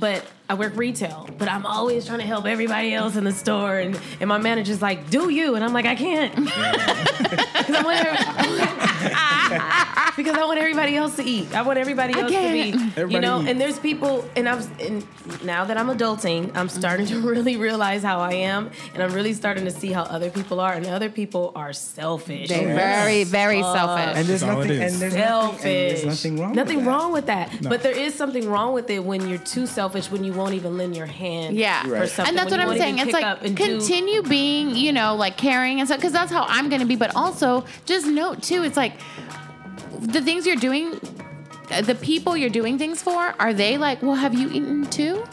S4: But I work retail, but I'm always trying to help everybody else in the store, and, and my manager's like, "Do you?" And I'm like, "I can't," 'Cause I want every- because I want everybody else to eat. I want everybody else to be,
S2: can't.
S4: you
S1: Everybody
S4: know.
S1: eat.
S4: And there's people, and I've and now that I'm adulting, I'm starting to really realize how I am, and I'm really starting to see how other people are, and other people are selfish.
S2: They're
S3: Yeah.
S2: very, very selfish.
S3: And there's
S1: That's all
S3: nothing.
S1: it is.
S3: And there's
S4: selfish.
S3: nothing. And there's nothing wrong.
S4: Nothing
S3: with that.
S4: wrong with that. But there is something wrong with it when you're too selfish, when you won't even lend your hand.
S2: Yeah.
S4: for
S3: Right.
S4: something,
S2: and that's
S4: when
S2: what
S4: you
S2: I'm
S4: won't
S2: saying.
S4: even
S2: It's like
S4: pick up and do-
S2: continue being, you know, like caring and stuff, because that's how I'm going to be. But also, just note too, it's like the things you're doing, uh, the people you're doing things for, are they like, well, have you eaten too?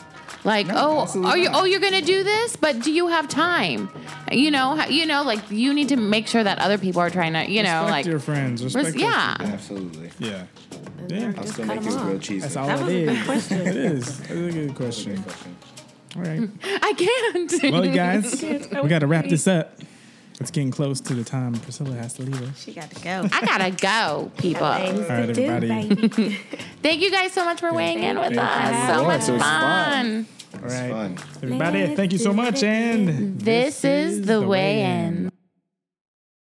S2: Like, oh,
S3: absolutely
S2: are you?
S3: not.
S2: Oh, you're going to do this, but do you have time? You know, ha- you know, like you need to make sure that other people are trying to, you know,
S1: respect
S2: like,
S1: your friends. Respect
S2: res-
S1: those
S2: yeah.
S1: people.
S3: Absolutely.
S1: Yeah. Yeah.
S3: I'm
S4: Just
S3: still
S4: cut
S3: making
S4: 'em off.
S3: grilled cheese.
S1: That's
S3: though.
S1: all
S4: That was
S1: it
S4: a
S1: is.
S4: good question.
S1: It is. That's a good question.
S3: Question.
S1: All right.
S2: I can't.
S1: Well, guys, we got to wrap this up. It's getting close to the time Priscilla has to leave us.
S4: She got to go.
S2: I gotta go, people.
S4: Things
S1: All right,
S4: to do,
S1: everybody.
S4: baby.
S2: Thank you guys so much for weighing in
S1: Thank
S2: with
S1: you.
S2: us. So
S3: Yeah,
S2: much
S3: so it's fun.
S2: fun.
S1: All right.
S3: fun.
S1: Everybody, thank you so much. And
S2: This is the way in.